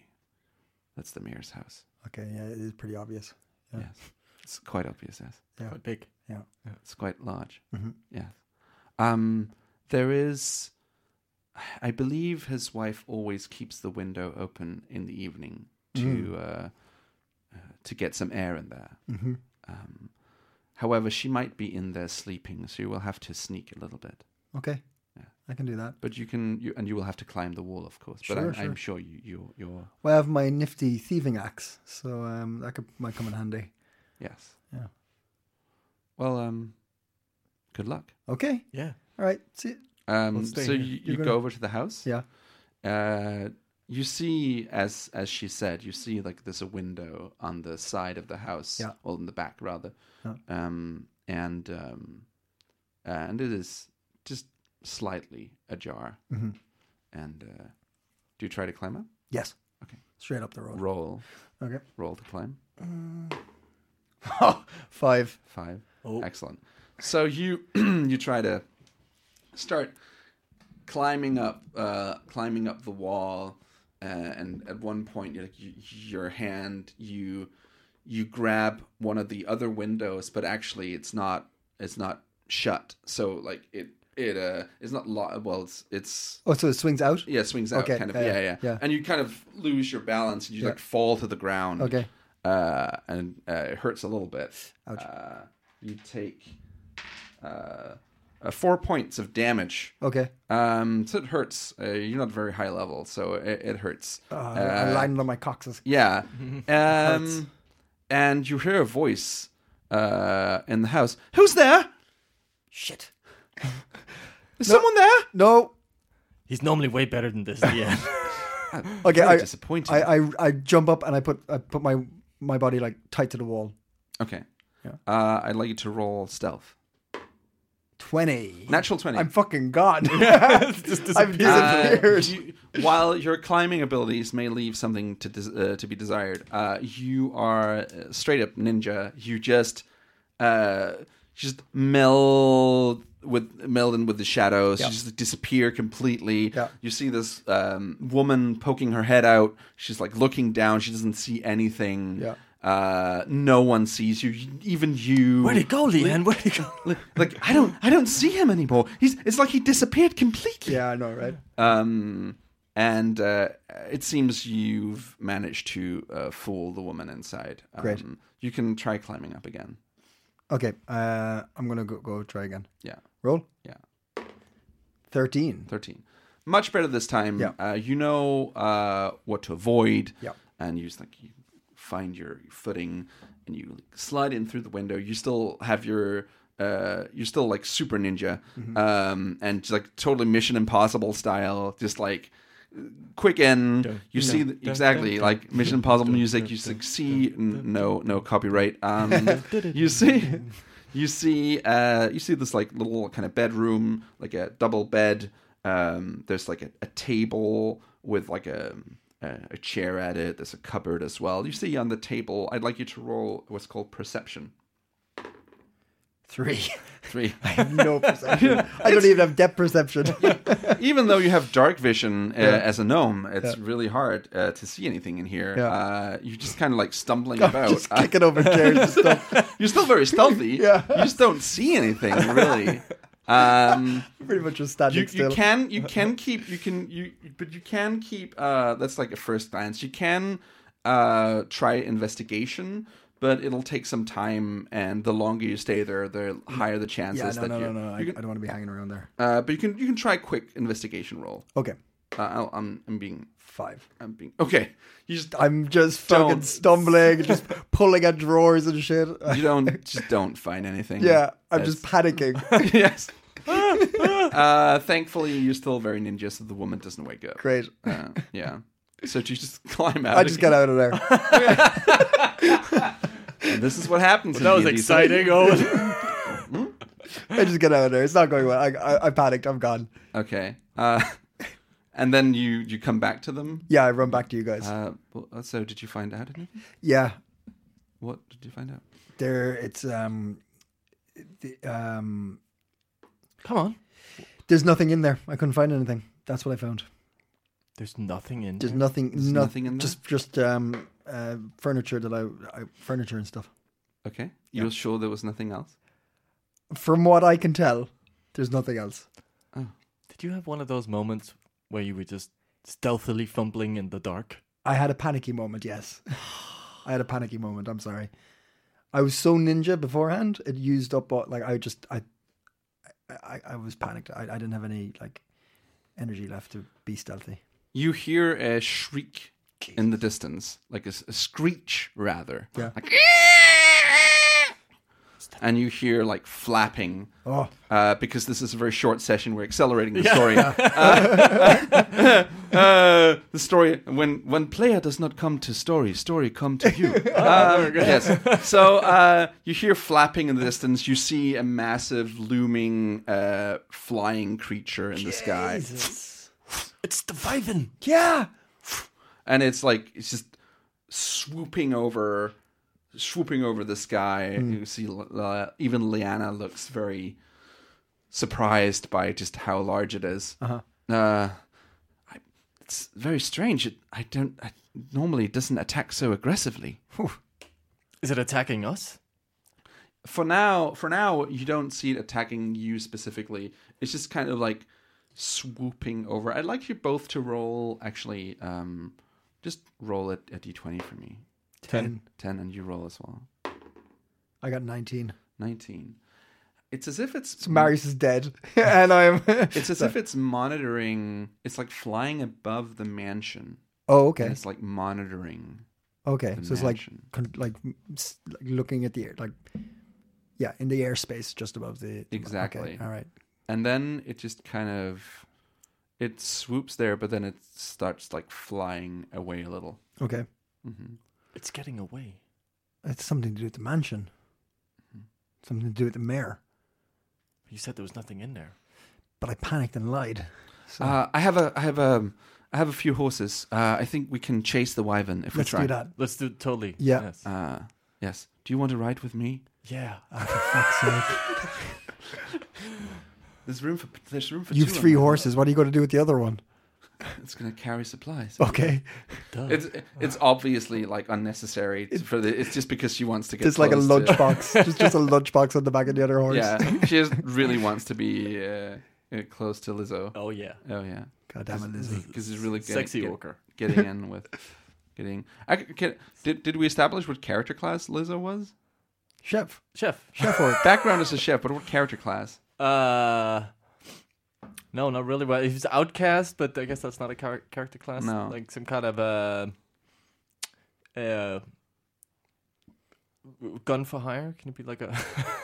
S4: that's the mayor's house."
S2: okay. Yeah, it is pretty obvious. Yeah.
S4: Yes, it's quite obvious. Yes.
S2: Yeah.
S3: Quite big.
S2: Yeah.
S4: It's quite large.
S2: Mm-hmm.
S4: Yes. Um, there is, I believe his wife always keeps the window open in the evening to
S2: Mm.
S4: uh, uh, to get some air in there.
S2: Mm-hmm.
S4: Um, however, she might be in there sleeping, so you will have to sneak a little bit.
S2: Okay. I can do that.
S4: But you can, you, and you will have to climb the wall, of course. but
S2: Sure,
S4: I'm
S2: sure.
S4: I'm sure you, you, you're,
S2: Well, I have my nifty thieving axe, so um, that could might come in handy.
S4: yes.
S2: Yeah.
S4: Well, um, good luck.
S2: Okay.
S3: Yeah.
S2: All right. See.
S4: Um,
S2: stay
S4: so
S2: here.
S4: you,
S2: You're
S4: you
S2: gonna-
S4: go over to the house.
S2: Yeah.
S4: Uh, you see, as as she said, you see like there's a window on the side of the house,
S2: Yeah.
S4: or in the back rather,
S2: Yeah.
S4: um, and um, and it is just slightly ajar.
S2: Mm-hmm.
S4: And uh, do you try to climb up?
S2: Yes.
S4: Okay.
S2: Straight up the road.
S4: Roll,
S2: Okay.
S4: roll to climb.
S2: Five.
S4: Five. Excellent. So you you try to start climbing up, uh, climbing up the wall, uh, and at one point, you like, you, your hand you you grab one of the other windows, but actually, it's not it's not shut. So like it it uh it's not lo- well it's it's
S2: Oh, so it swings out?
S4: yeah swings out
S2: Okay,
S4: kind of
S2: yeah,
S4: yeah yeah,
S2: yeah.
S4: and you kind of lose your balance and you like fall to the ground
S2: Okay.
S4: uh, and uh, it hurts a little bit. Uh, you take uh, uh, four points of damage.
S2: Okay.
S4: Um, so it hurts. Uh, you're not very high level, so it, it hurts.
S2: Uh, I landed on my coccyx.
S4: Yeah. Um, and you hear a voice uh, in the house. Who's there?
S2: Shit.
S4: Is someone there?
S2: No.
S3: He's normally way better than this. Yeah.
S2: Okay.
S4: Very
S2: I,
S4: disappointing.
S2: I, I I jump up and I put I put my my body like tight to the wall.
S4: Okay. Uh, I'd like you to roll stealth.
S2: Twenty.
S4: Natural 20.
S2: I'm fucking gone. I've
S4: Uh,
S2: disappeared.
S4: you- while your climbing abilities may leave something to des- uh, to be desired, uh, you are uh, straight up ninja. You just uh, just meld with meld in with the shadows. You just disappear completely.
S2: Yeah.
S4: You see this um, woman poking her head out. She's like looking down. She doesn't see anything.
S2: Yeah.
S4: Uh, no one sees you, even you.
S3: Where'd he go, Leanne? Where'd he go?
S4: Like, like I don't, I don't see him anymore. He's, it's like he disappeared completely.
S2: yeah, I know, right?
S4: Um, and uh, it seems you've managed to uh, fool the woman inside. Um,
S2: Great.
S4: You can try climbing up again.
S2: Okay. Uh, I'm gonna go, go try again.
S4: Yeah.
S2: Roll
S4: Yeah.
S2: thirteen.
S4: 13. Much better this time.
S2: Yeah.
S4: Uh, you know uh, what to avoid.
S2: Yeah.
S4: And you just like you find your footing and you like, slide in through the window. You still have your. Uh, you're still like super ninja,
S2: Mm-hmm.
S4: um, and just, like totally Mission Impossible style. Just like quick in, you see the, exactly like Mission Impossible music. You like, see n- no no copyright. Um, you see you see uh, you see this like little kind of bedroom, like a double bed. Um, there's like a, a table with like a, a a chair at it. There's a cupboard as well. You see on the table. I'd like you to roll what's called perception.
S2: Three.
S4: Three.
S2: I have no perception. I don't even have depth perception.
S4: Even though you have dark vision uh, as a gnome, it's really hard uh, to see anything in here.
S2: Yeah.
S4: Uh, you're just kind of like stumbling about.
S2: Just
S4: Uh,
S2: kicking over chairs and stuff.
S4: you're still very stealthy.
S2: Yeah.
S4: You just don't see anything really. Um,
S2: Pretty much just standing
S4: you,
S2: still.
S4: you can you can keep you can you but you can keep uh that's like a first glance you can uh try investigation but it'll take some time and the longer you stay there the higher the chances
S2: yeah, no,
S4: that
S2: no,
S4: you,
S2: no, no. I,
S4: you
S2: I
S4: can,
S2: don't want to be hanging around there.
S4: uh but you can you can try a quick investigation roll
S2: Okay,
S4: uh, I'll, i'm i'm being
S2: five.
S4: i'm being okay you just
S2: I'm just fucking
S4: Don't.
S2: stumbling, just pulling at drawers and shit.
S4: you don't just don't find anything
S2: yeah, I'm
S4: That's-
S2: just panicking.
S4: yes uh thankfully you're still very ninja so the woman doesn't wake up
S2: Great.
S4: uh, yeah so you just climb out
S2: I just
S4: again.
S2: got out of there.
S4: And this is what happens. in
S3: That was
S4: D&D.
S3: exciting. Oh,
S2: I just got out of there. It's not going well. I, I, I panicked. I'm gone.
S4: Okay. Uh, and then you you come back to them.
S2: Yeah, I run back to you guys.
S4: Uh, well, so did you find out anything?
S2: yeah,
S4: What did you find out?
S2: there. It's um, the, um.
S3: come on.
S2: There's nothing in there. I couldn't find anything. That's what I found.
S3: There's nothing in.
S2: There's
S3: there.
S2: nothing. no-
S4: nothing in there?
S2: Just just um, uh, furniture that I, I furniture and stuff.
S4: Okay. You're sure there was nothing else?
S2: From what I can tell, there's nothing else.
S3: Did you have one of those moments where you were just stealthily fumbling in the dark?
S2: I had a panicky moment, yes. I had a panicky moment, I'm sorry. I was so ninja beforehand, it used up all, like I just I I, I was panicked. I, I didn't have any like energy left to be stealthy.
S4: You hear a shriek in the distance, like a, s- a screech rather.
S2: Yeah.
S4: Like, and you hear like flapping.
S2: Oh.
S4: Uh, because this is a very short session, we're accelerating the story. Uh, uh, the story when when player does not come to story, story come to you. Uh, yes. So uh, you hear flapping in the distance. You see a massive looming uh, flying creature in the sky.
S3: It's the Viven.
S4: Yeah. And it's like it's just swooping over, swooping over the sky. You see, uh, even Liana looks very surprised by just how large it is. Uh-huh. I, it's very strange. It, I don't I, normally it doesn't attack so aggressively.
S3: Is it attacking us?
S4: For now, for now, you don't see it attacking you specifically. It's just kind of like swooping over. I'd like you both to roll. Actually, um, just roll it a d twenty for me.
S2: Ten.
S4: Ten, and you roll as well.
S2: I got 19.
S4: Nineteen. It's as if it's
S2: Marius is dead. and I am.
S4: Mm. It's as if it's monitoring. It's like flying above the mansion.
S2: oh,
S4: And
S2: okay.
S4: it's like monitoring.
S2: Okay. So it's like,
S4: mansion.
S2: con- like, s- like looking at the air, like, yeah, in the airspace just above the. okay,
S4: Exactly.
S2: all right.
S4: And then it just kind of it swoops there, but then it starts like flying away a little. Mm-hmm.
S2: Okay.
S3: It's getting away.
S2: It's something to do with the mansion,
S4: Mm-hmm.
S2: something to do with the mayor.
S3: You said there was nothing in there.
S2: But I panicked and lied.
S4: Uh, I have a, I have a, I have a few horses. Uh, I think we can chase the wyvern if
S2: Let's
S4: we try.
S2: do that.
S3: Let's do totally.
S2: Yeah.
S3: Yes.
S4: Uh, yes. Do you want to ride with me?
S3: yeah.
S4: There's room for there's room for
S2: You've
S4: two on
S2: three
S4: that.
S2: horses. What are you going to do with the other one?
S4: It's gonna carry supplies.
S2: Okay.
S4: It's it's obviously like unnecessary for the. It's just because she wants to get.
S2: Just like a
S4: close to-
S2: lunchbox. just just a lunchbox on the back of the other horse.
S4: Yeah, she just really wants to be uh, uh, close to Lizzo.
S3: oh yeah.
S4: Oh yeah,
S2: God damn it, Lizzie.
S4: because it's really getting,
S3: Sexy
S4: get-
S3: walker.
S4: getting in with getting. I, c- can, did did we establish what character class Lizzo was?
S2: Chef.
S3: Chef.
S2: Chef or
S4: Background as a chef, but what character class?
S3: Uh. No, not really. Well, he's outcast, but I guess that's not a char- character class.
S4: No.
S3: Like some kind of uh, uh, gun for hire. Can it be like a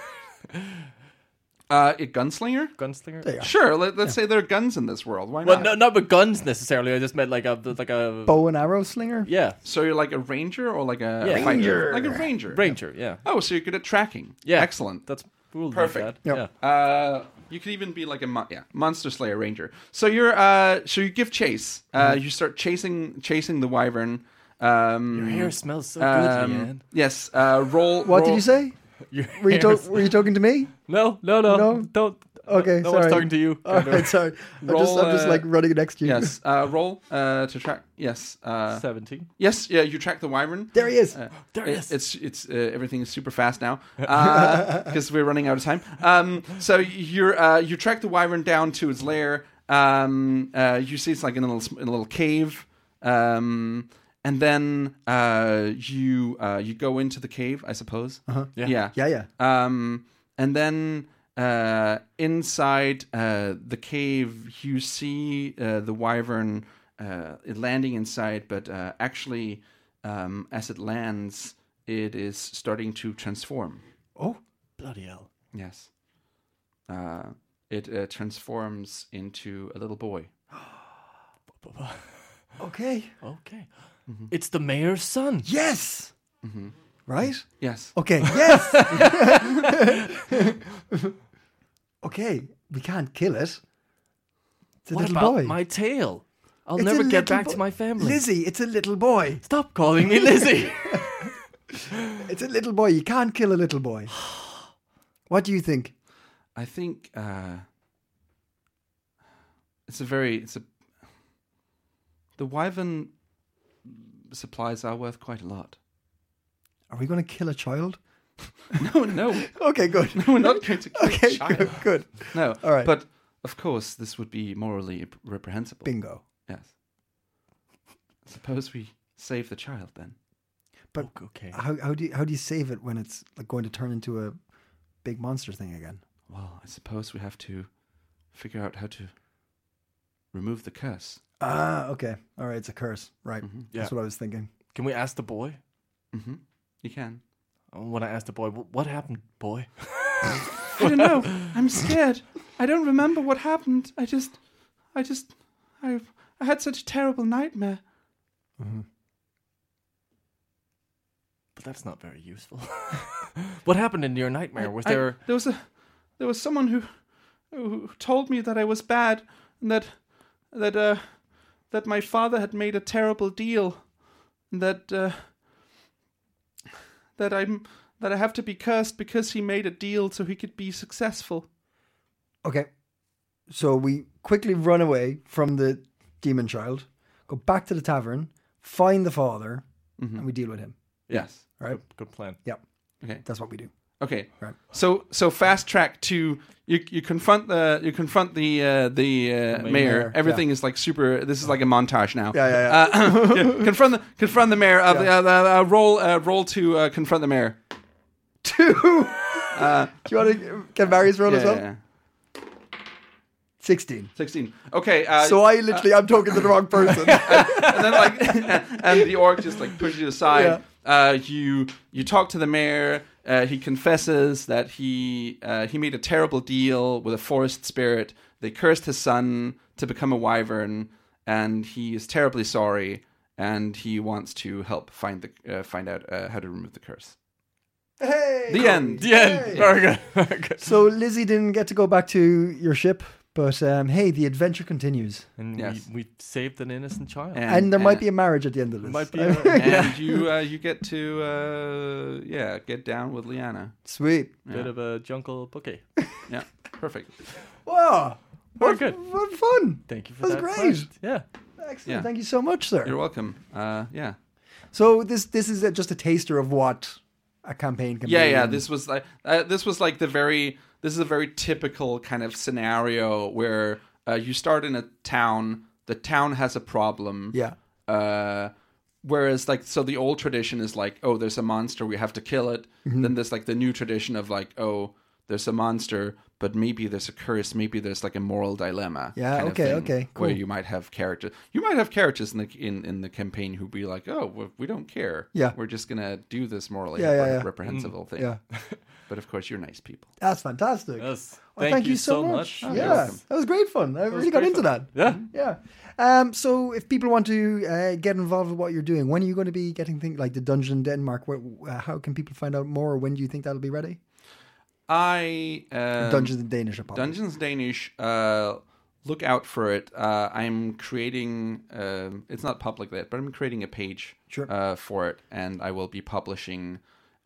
S4: Uh, a gunslinger.
S3: gunslinger?
S2: There you
S4: Sure, let, let's say there are guns in this world. Why
S3: Well,
S4: not?
S3: no, not with guns necessarily. I just meant like a like a
S2: bow and arrow slinger?
S3: yeah
S4: So you're like a ranger or like a
S3: Yeah.
S4: fighter? like a ranger.
S3: ranger. Yeah,
S4: Oh, so you're good at tracking.
S3: Yeah.
S4: excellent.
S3: that's we'll leave
S4: Perfect.
S3: that.
S2: Yep.
S3: Yeah,
S4: Uh, you could even be like a mon- yeah monster slayer ranger. So you're uh, so you give chase. Uh,
S2: Mm-hmm.
S4: you start chasing chasing the wyvern. Um,
S3: your hair smells so
S4: um,
S3: good, man.
S4: Yes. Uh, roll.
S2: What did
S4: roll-
S2: you say?
S3: Your
S2: Were you,
S3: hair
S2: to-
S3: is-
S2: were you talking to me?
S3: No, no, no,
S2: No?
S3: Don't.
S2: Okay, sorry.
S3: no
S2: Uh,
S3: one's talking to you.
S2: All right, sorry. I'm just,
S4: Roll,
S2: I'm just
S4: uh,
S2: like running next to you.
S4: Yes. Uh, roll uh, to track. Yes. Uh,
S3: Seventeen.
S4: yes. Yeah. You track the wyvern.
S2: There he
S4: Uh.
S2: is.
S3: There
S4: It-
S3: is.
S4: It's it's uh, everything is super fast now because we're running out of time. Um, so you're uh, you track the wyvern down to its lair. Um, uh, you see it's like in a little s- in a little cave, um, and then uh, you uh, you go into the cave, I suppose. Uh-huh.
S3: Yeah.
S4: yeah,
S2: yeah, yeah.
S4: um, and then uh, inside uh, the cave, you see uh, the wyvern uh, landing inside, but uh, actually, um, as it lands, it is starting to transform.
S2: Oh,
S3: Bloody hell.
S4: Yes. Uh, it uh, transforms into a little boy.
S2: okay.
S4: Oh.
S3: Okay. It's the mayor's son.
S2: Yes.
S4: Mm-hmm.
S2: Right?
S4: Yes.
S2: Okay, yes. okay, we can't kill it. It's a
S3: what
S2: little
S3: about
S2: boy.
S3: my tail? I'll
S2: It's a
S3: never get
S2: little
S3: back
S2: bo-
S3: to my family.
S2: Lizzie, it's a little boy.
S3: Stop calling me Lizzie.
S2: It's a little boy. You can't kill a little boy. What do you think?
S4: I think uh, it's a very it's a the wyvern supplies are worth quite a lot.
S2: Are we going to kill a child?
S4: No, no,
S2: Okay, good.
S4: we're not going to kill
S2: okay,
S4: a child.
S2: good, good.
S4: No,
S2: All right.
S4: But of course, this would be morally reprehensible.
S2: Bingo.
S4: Yes. Suppose we save the child then.
S2: But
S3: okay.
S2: how, how do you how do you save it when it's like going to turn into a big monster thing again?
S4: Well, I suppose we have to figure out how to remove the curse.
S2: Ah, okay. All right, it's a curse. Right. That's
S3: Mm-hmm. Yeah.
S2: what I was thinking.
S3: Can we ask the boy?
S4: Mm-hmm. You can.
S3: Oh, When I asked the boy, "Wh- "What happened, boy?"
S4: I don't know. I'm scared. I don't remember what happened. I just, I just, I, I had such a terrible nightmare.
S3: But that's not very useful. what happened in your nightmare? Was there?
S4: I, there was a, there was someone who, who told me that I was bad and that, that uh, that my father had made a terrible deal, and that uh, that I'm that I have to be cursed because he made a deal so he could be successful.
S2: Okay. So we quickly run away from the demon child, go back to the tavern, find the father, and we deal with him.
S4: Yes.
S2: Right?
S3: Good plan.
S2: Yep.
S4: Okay.
S2: That's what we do.
S4: Okay.
S2: Right.
S4: So so fast track to you. You confront the you confront the uh, the uh, mayor.
S2: mayor,
S4: Everything is like super. This is like a montage now.
S2: Yeah, yeah,
S4: Uh, yeah, confront the confront the mayor. Uh, the, uh, uh, roll uh, roll to uh, confront the mayor.
S2: Two. do you want to get Marius roll as well? 16.
S4: Sixteen. Okay. Uh,
S2: So I literally, I'm talking to the wrong person.
S4: and then like and the orc just like pushes you aside. Uh, you you talk to the mayor. Uh, he confesses that he uh, he made a terrible deal with a forest spirit. They cursed his son to become a wyvern, and he is terribly sorry. And he wants to help find the uh, find out uh, how to remove the curse.
S2: hey!
S4: The end.
S3: The end. Very good. Very good.
S2: So Lizzie didn't get to go back to your ship, but um, hey, the adventure continues.
S3: And
S4: Yes.
S3: we, we saved an innocent child.
S2: And, there might be a marriage at the end of this.
S3: Might be.
S4: uh, and
S3: a-
S4: you uh, you get to uh, yeah get down with Liana.
S2: Sweet.
S3: Bit of a jungle bouquet.
S4: Yeah, perfect.
S2: Wow.
S3: Very
S2: What,
S3: good.
S2: what fun.
S3: Thank you for
S2: That's
S3: that.
S2: great.
S3: first. Yeah.
S2: Excellent.
S4: Yeah.
S2: Thank you so much, sir.
S4: You're welcome. Uh, yeah.
S2: So this this is uh just a taster of what a campaign can
S4: yeah
S2: be.
S4: yeah
S2: and-
S4: this was like uh, this was like the very this is a very typical kind of scenario where uh, you start in a town the town has a problem
S2: Yeah.
S4: uh whereas like so the old tradition is like oh there's a monster we have to kill it
S2: Mm-hmm.
S4: then there's like the new tradition of like oh there's a monster but maybe there's a curse maybe there's like a moral dilemma
S2: Yeah,
S4: kind of
S2: okay,
S4: thing,
S2: okay,
S4: where
S2: cool.
S4: you might have characters you might have characters in the in, in the campaign who be like oh we- we don't care
S2: Yeah.
S4: we're just gonna do this morally
S2: Yeah, yeah, yeah.
S4: reprehensible thing
S2: Yeah.
S4: but of course, you're nice people.
S2: That's fantastic.
S3: Yes.
S2: Well,
S3: Thank you so much. Oh,
S2: Yeah,
S3: you're
S4: welcome.
S2: that was great fun. I really got
S3: great
S2: into
S3: fun.
S2: that. Yeah. Um, so, if people want to uh, get involved with what you're doing, when are you going to be getting things like the Dungeon in Denmark? Where, uh, how can people find out more? When do you think that'll be ready?
S4: I um,
S2: Dungeons in Danish Republic.
S4: Dungeons Danish. Uh, look out for it. Uh, I'm creating. um it's not public yet, but I'm creating a page
S2: Sure.
S4: uh, for it, and I will be publishing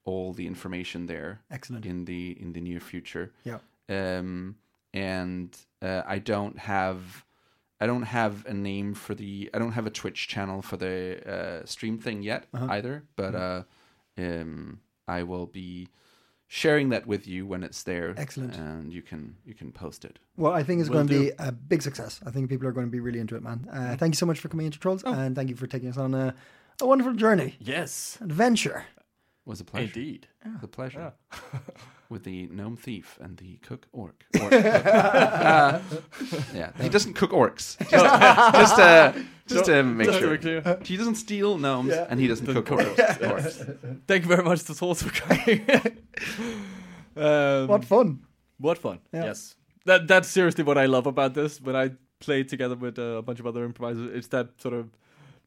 S4: all the information there.
S2: Excellent.
S4: In the in the near future.
S2: Yeah.
S4: um, and uh, I don't have I don't have a name for the I don't have a Twitch channel for the uh, stream thing yet either, but uh, um, I will be sharing that with you when it's there.
S2: Excellent.
S4: and you can you can post it.
S2: Well, I think it's going to be a big success. I think people are going to be really into it, man. Uh,
S4: Mm.
S2: thank you so much for coming into
S4: Oh.
S2: Trolls, and thank you for taking us on a, a wonderful journey,
S3: Yes.
S2: adventure.
S4: was a pleasure.
S3: Indeed.
S4: It was a pleasure. With the gnome thief and the cook orc. Orc. Uh, yeah, he doesn't cook orcs. Just, just, uh, just to make
S3: Just to be
S4: sure.
S3: clear.
S4: He doesn't steal gnomes and he doesn't cook orcs. orcs.
S3: Thank you very much to Thor's for coming. um,
S2: What fun!
S3: What fun!
S2: Yeah.
S3: Yes, that that's seriously what I love about this. When I play together with uh, a bunch of other improvisers, it's that sort of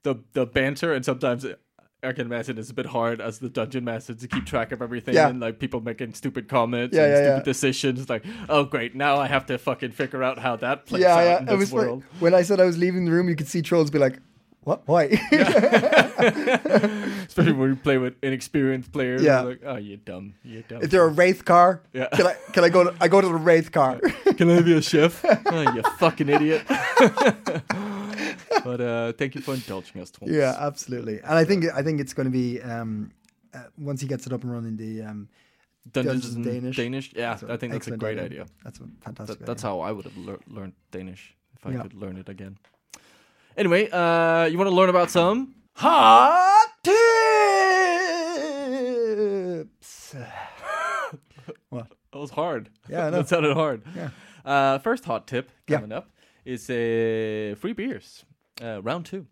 S3: the the banter, and sometimes it, I can imagine it's a bit hard as the dungeon master to keep track of everything
S2: Yeah.
S3: and like people making stupid comments
S2: Yeah,
S3: and
S2: yeah,
S3: stupid
S2: yeah.
S3: decisions. Like, oh great, now I have to fucking figure out how that plays out
S2: yeah,
S3: in
S2: yeah. It was
S3: this world.
S2: like, when I said I was leaving the room, you could see trolls be like, "What? Why?"
S3: Especially when you play with inexperienced players.
S2: Yeah.
S3: like, oh, you're dumb, you're dumb.
S2: Is there a wraith car?
S3: Yeah.
S2: Can I can I go? To, I go to the wraith car.
S3: Can I be a chef? oh, you fucking idiot. but uh, thank you for indulging us, Tom.
S2: yeah, absolutely. And I think I think it's going to be um, uh, once he gets it up and running. The um,
S3: Dungeons,
S2: Dungeons
S3: in
S2: Danish.
S3: Danish. Yeah,
S2: so
S3: I think that's a
S2: excellent
S3: great idea.
S2: That's a fantastic.
S3: That, that's
S2: idea.
S3: how I would have lear- learned Danish if I
S2: Yeah.
S3: could learn it again. Anyway, uh, you want to learn about some?
S2: hot tips. what?
S3: That was hard.
S2: Yeah, I know.
S3: that sounded hard.
S2: Yeah.
S3: Uh, first hot tip
S2: Yeah.
S3: coming up is uh, free beers, uh, round two.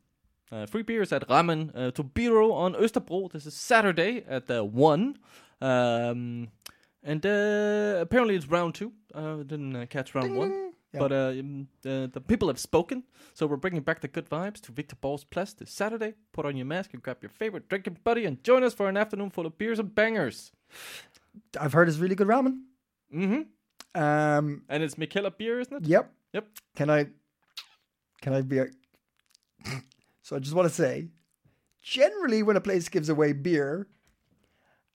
S3: Uh, free beers at Ramen uh, Tobiro on Österbro. This is Saturday at uh, 1. Um, and uh, apparently it's round two. Uh, didn't uh, catch round one.
S2: Yeah.
S3: But uh, mm, the, the people have spoken, so we're bringing back the good vibes to Victor Paul's Place this Saturday. Put on your mask and grab your favorite drinking buddy and join us for an afternoon full of beers and bangers.
S2: I've heard it's really good ramen.
S3: Mm-hmm.
S2: Um,
S3: And it's Michaela Beer, isn't it?
S2: yep.
S3: Yep.
S2: Can I? Can I be? A... so I just want to say, generally, when a place gives away beer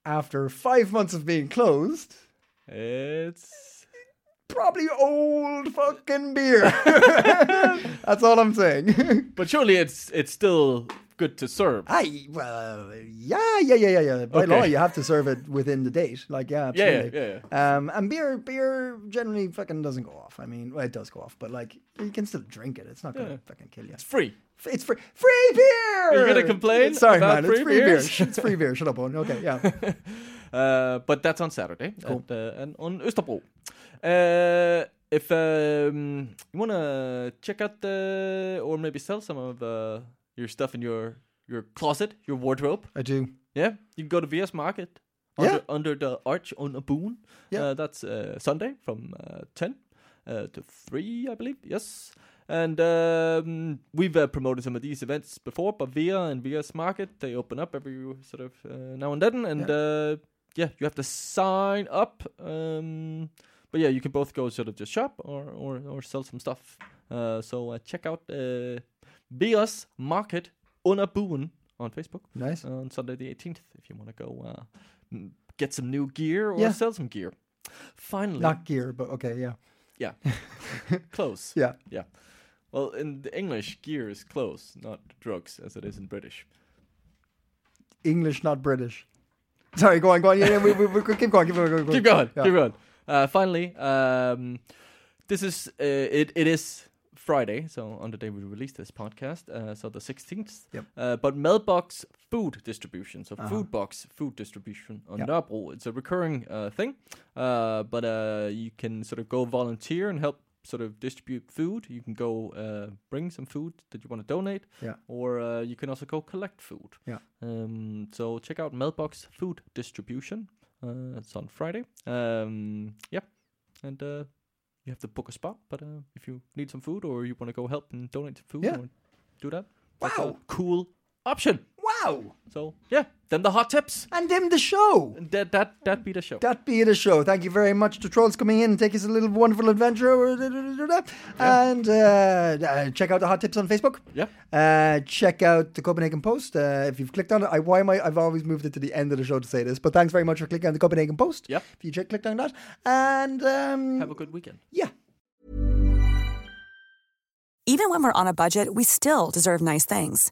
S2: after five months of being closed,
S3: It's
S2: probably old fucking beer. That's all I'm saying.
S3: but surely it's it's still good to serve.
S2: I well, yeah, yeah, yeah, yeah, yeah. By
S3: Okay.
S2: law, you have to serve it within the date. Like, yeah,
S3: Yeah, yeah,
S2: absolutely.
S3: yeah,
S2: Um, and beer, beer generally fucking doesn't go off. I mean, well, it does go off, but like, you can still drink it. It's not gonna fucking kill you.
S3: It's free.
S2: F- It's free, free beer.
S3: Are you gonna complain
S2: Sorry,
S3: about
S2: man.
S3: free
S2: it's free beer.
S3: beers?
S2: Sh- it's free beer. Shut up, Owen. Okay, yeah.
S3: Uh, but that's on Saturday at, uh, and on Österbro. Uh, if um, you want to check out the or maybe sell some of uh, your stuff in your your closet, your wardrobe,
S2: I do.
S3: yeah, you can go to VS Market
S2: Yeah.
S3: under, under the arch on a boon.
S2: Yeah.
S3: Uh, that's uh, Sunday from uh, 10 uh, to 3, I believe. Yes. And um, we've uh, promoted some of these events before, but Via and Via's Market, they open up every sort of uh, now and then. And yeah. Uh, yeah, you have to sign up. Um, but yeah, you can both go sort of just shop or, or, or sell some stuff. Uh, so uh, check out uh, Via's Market Unaboon on Facebook
S2: Nice.
S3: on Sunday the 18th if you want to go uh, m- get some new gear or
S2: Yeah.
S3: sell some gear. Finally,
S2: Not gear, but okay, yeah,
S3: yeah, close.
S2: yeah.
S3: yeah. Well, in the English, gear is clothes, not drugs, as it is in British.
S2: English, not British. Sorry, go on, go on. Yeah, yeah, we, we, we keep going, keep going, keep going.
S3: Keep going,
S2: Yeah.
S3: keep going. Uh, finally, um, this is uh, it. It is Friday, so on the day we release this podcast, uh, so the sixteenth.
S2: Yep. Uh-huh.
S3: Uh, but Mailbox Food Distribution, so Food Box Food Distribution on
S2: Yeah.
S3: Nørrebro. It's a recurring uh, thing, uh, but uh, you can sort of go volunteer and help sort of distribute food. You can go uh, bring some food that you want to donate,
S2: Yeah.
S3: or uh, you can also go collect food.
S2: Yeah.
S3: Um, so check out Mailbox Food Distribution. Uh, it's on Friday. Um, yeah, and uh, you have to book a spot. But uh, if you need some food or you want to go help and donate some food,
S2: Yeah.
S3: or do that. That's a
S2: Wow.
S3: cool option.
S2: Wow.
S3: So yeah, then the hot tips.
S2: And then the show.
S3: And That that that be the show.
S2: That be the show. Thank you very much to trolls coming in and take us a little wonderful adventure. And uh, uh, check out the hot tips on Facebook.
S3: Yeah.
S2: Uh, check out the Copenhagen Post. Uh, if you've clicked on it, I, why am I? I've always moved it to the end of the show to say this, but thanks very much for clicking on the Copenhagen Post.
S3: Yep.
S2: If you check, clicked on that, and um,
S3: Have a good weekend.
S2: yeah,
S6: Even when we're on a budget, we still deserve nice things.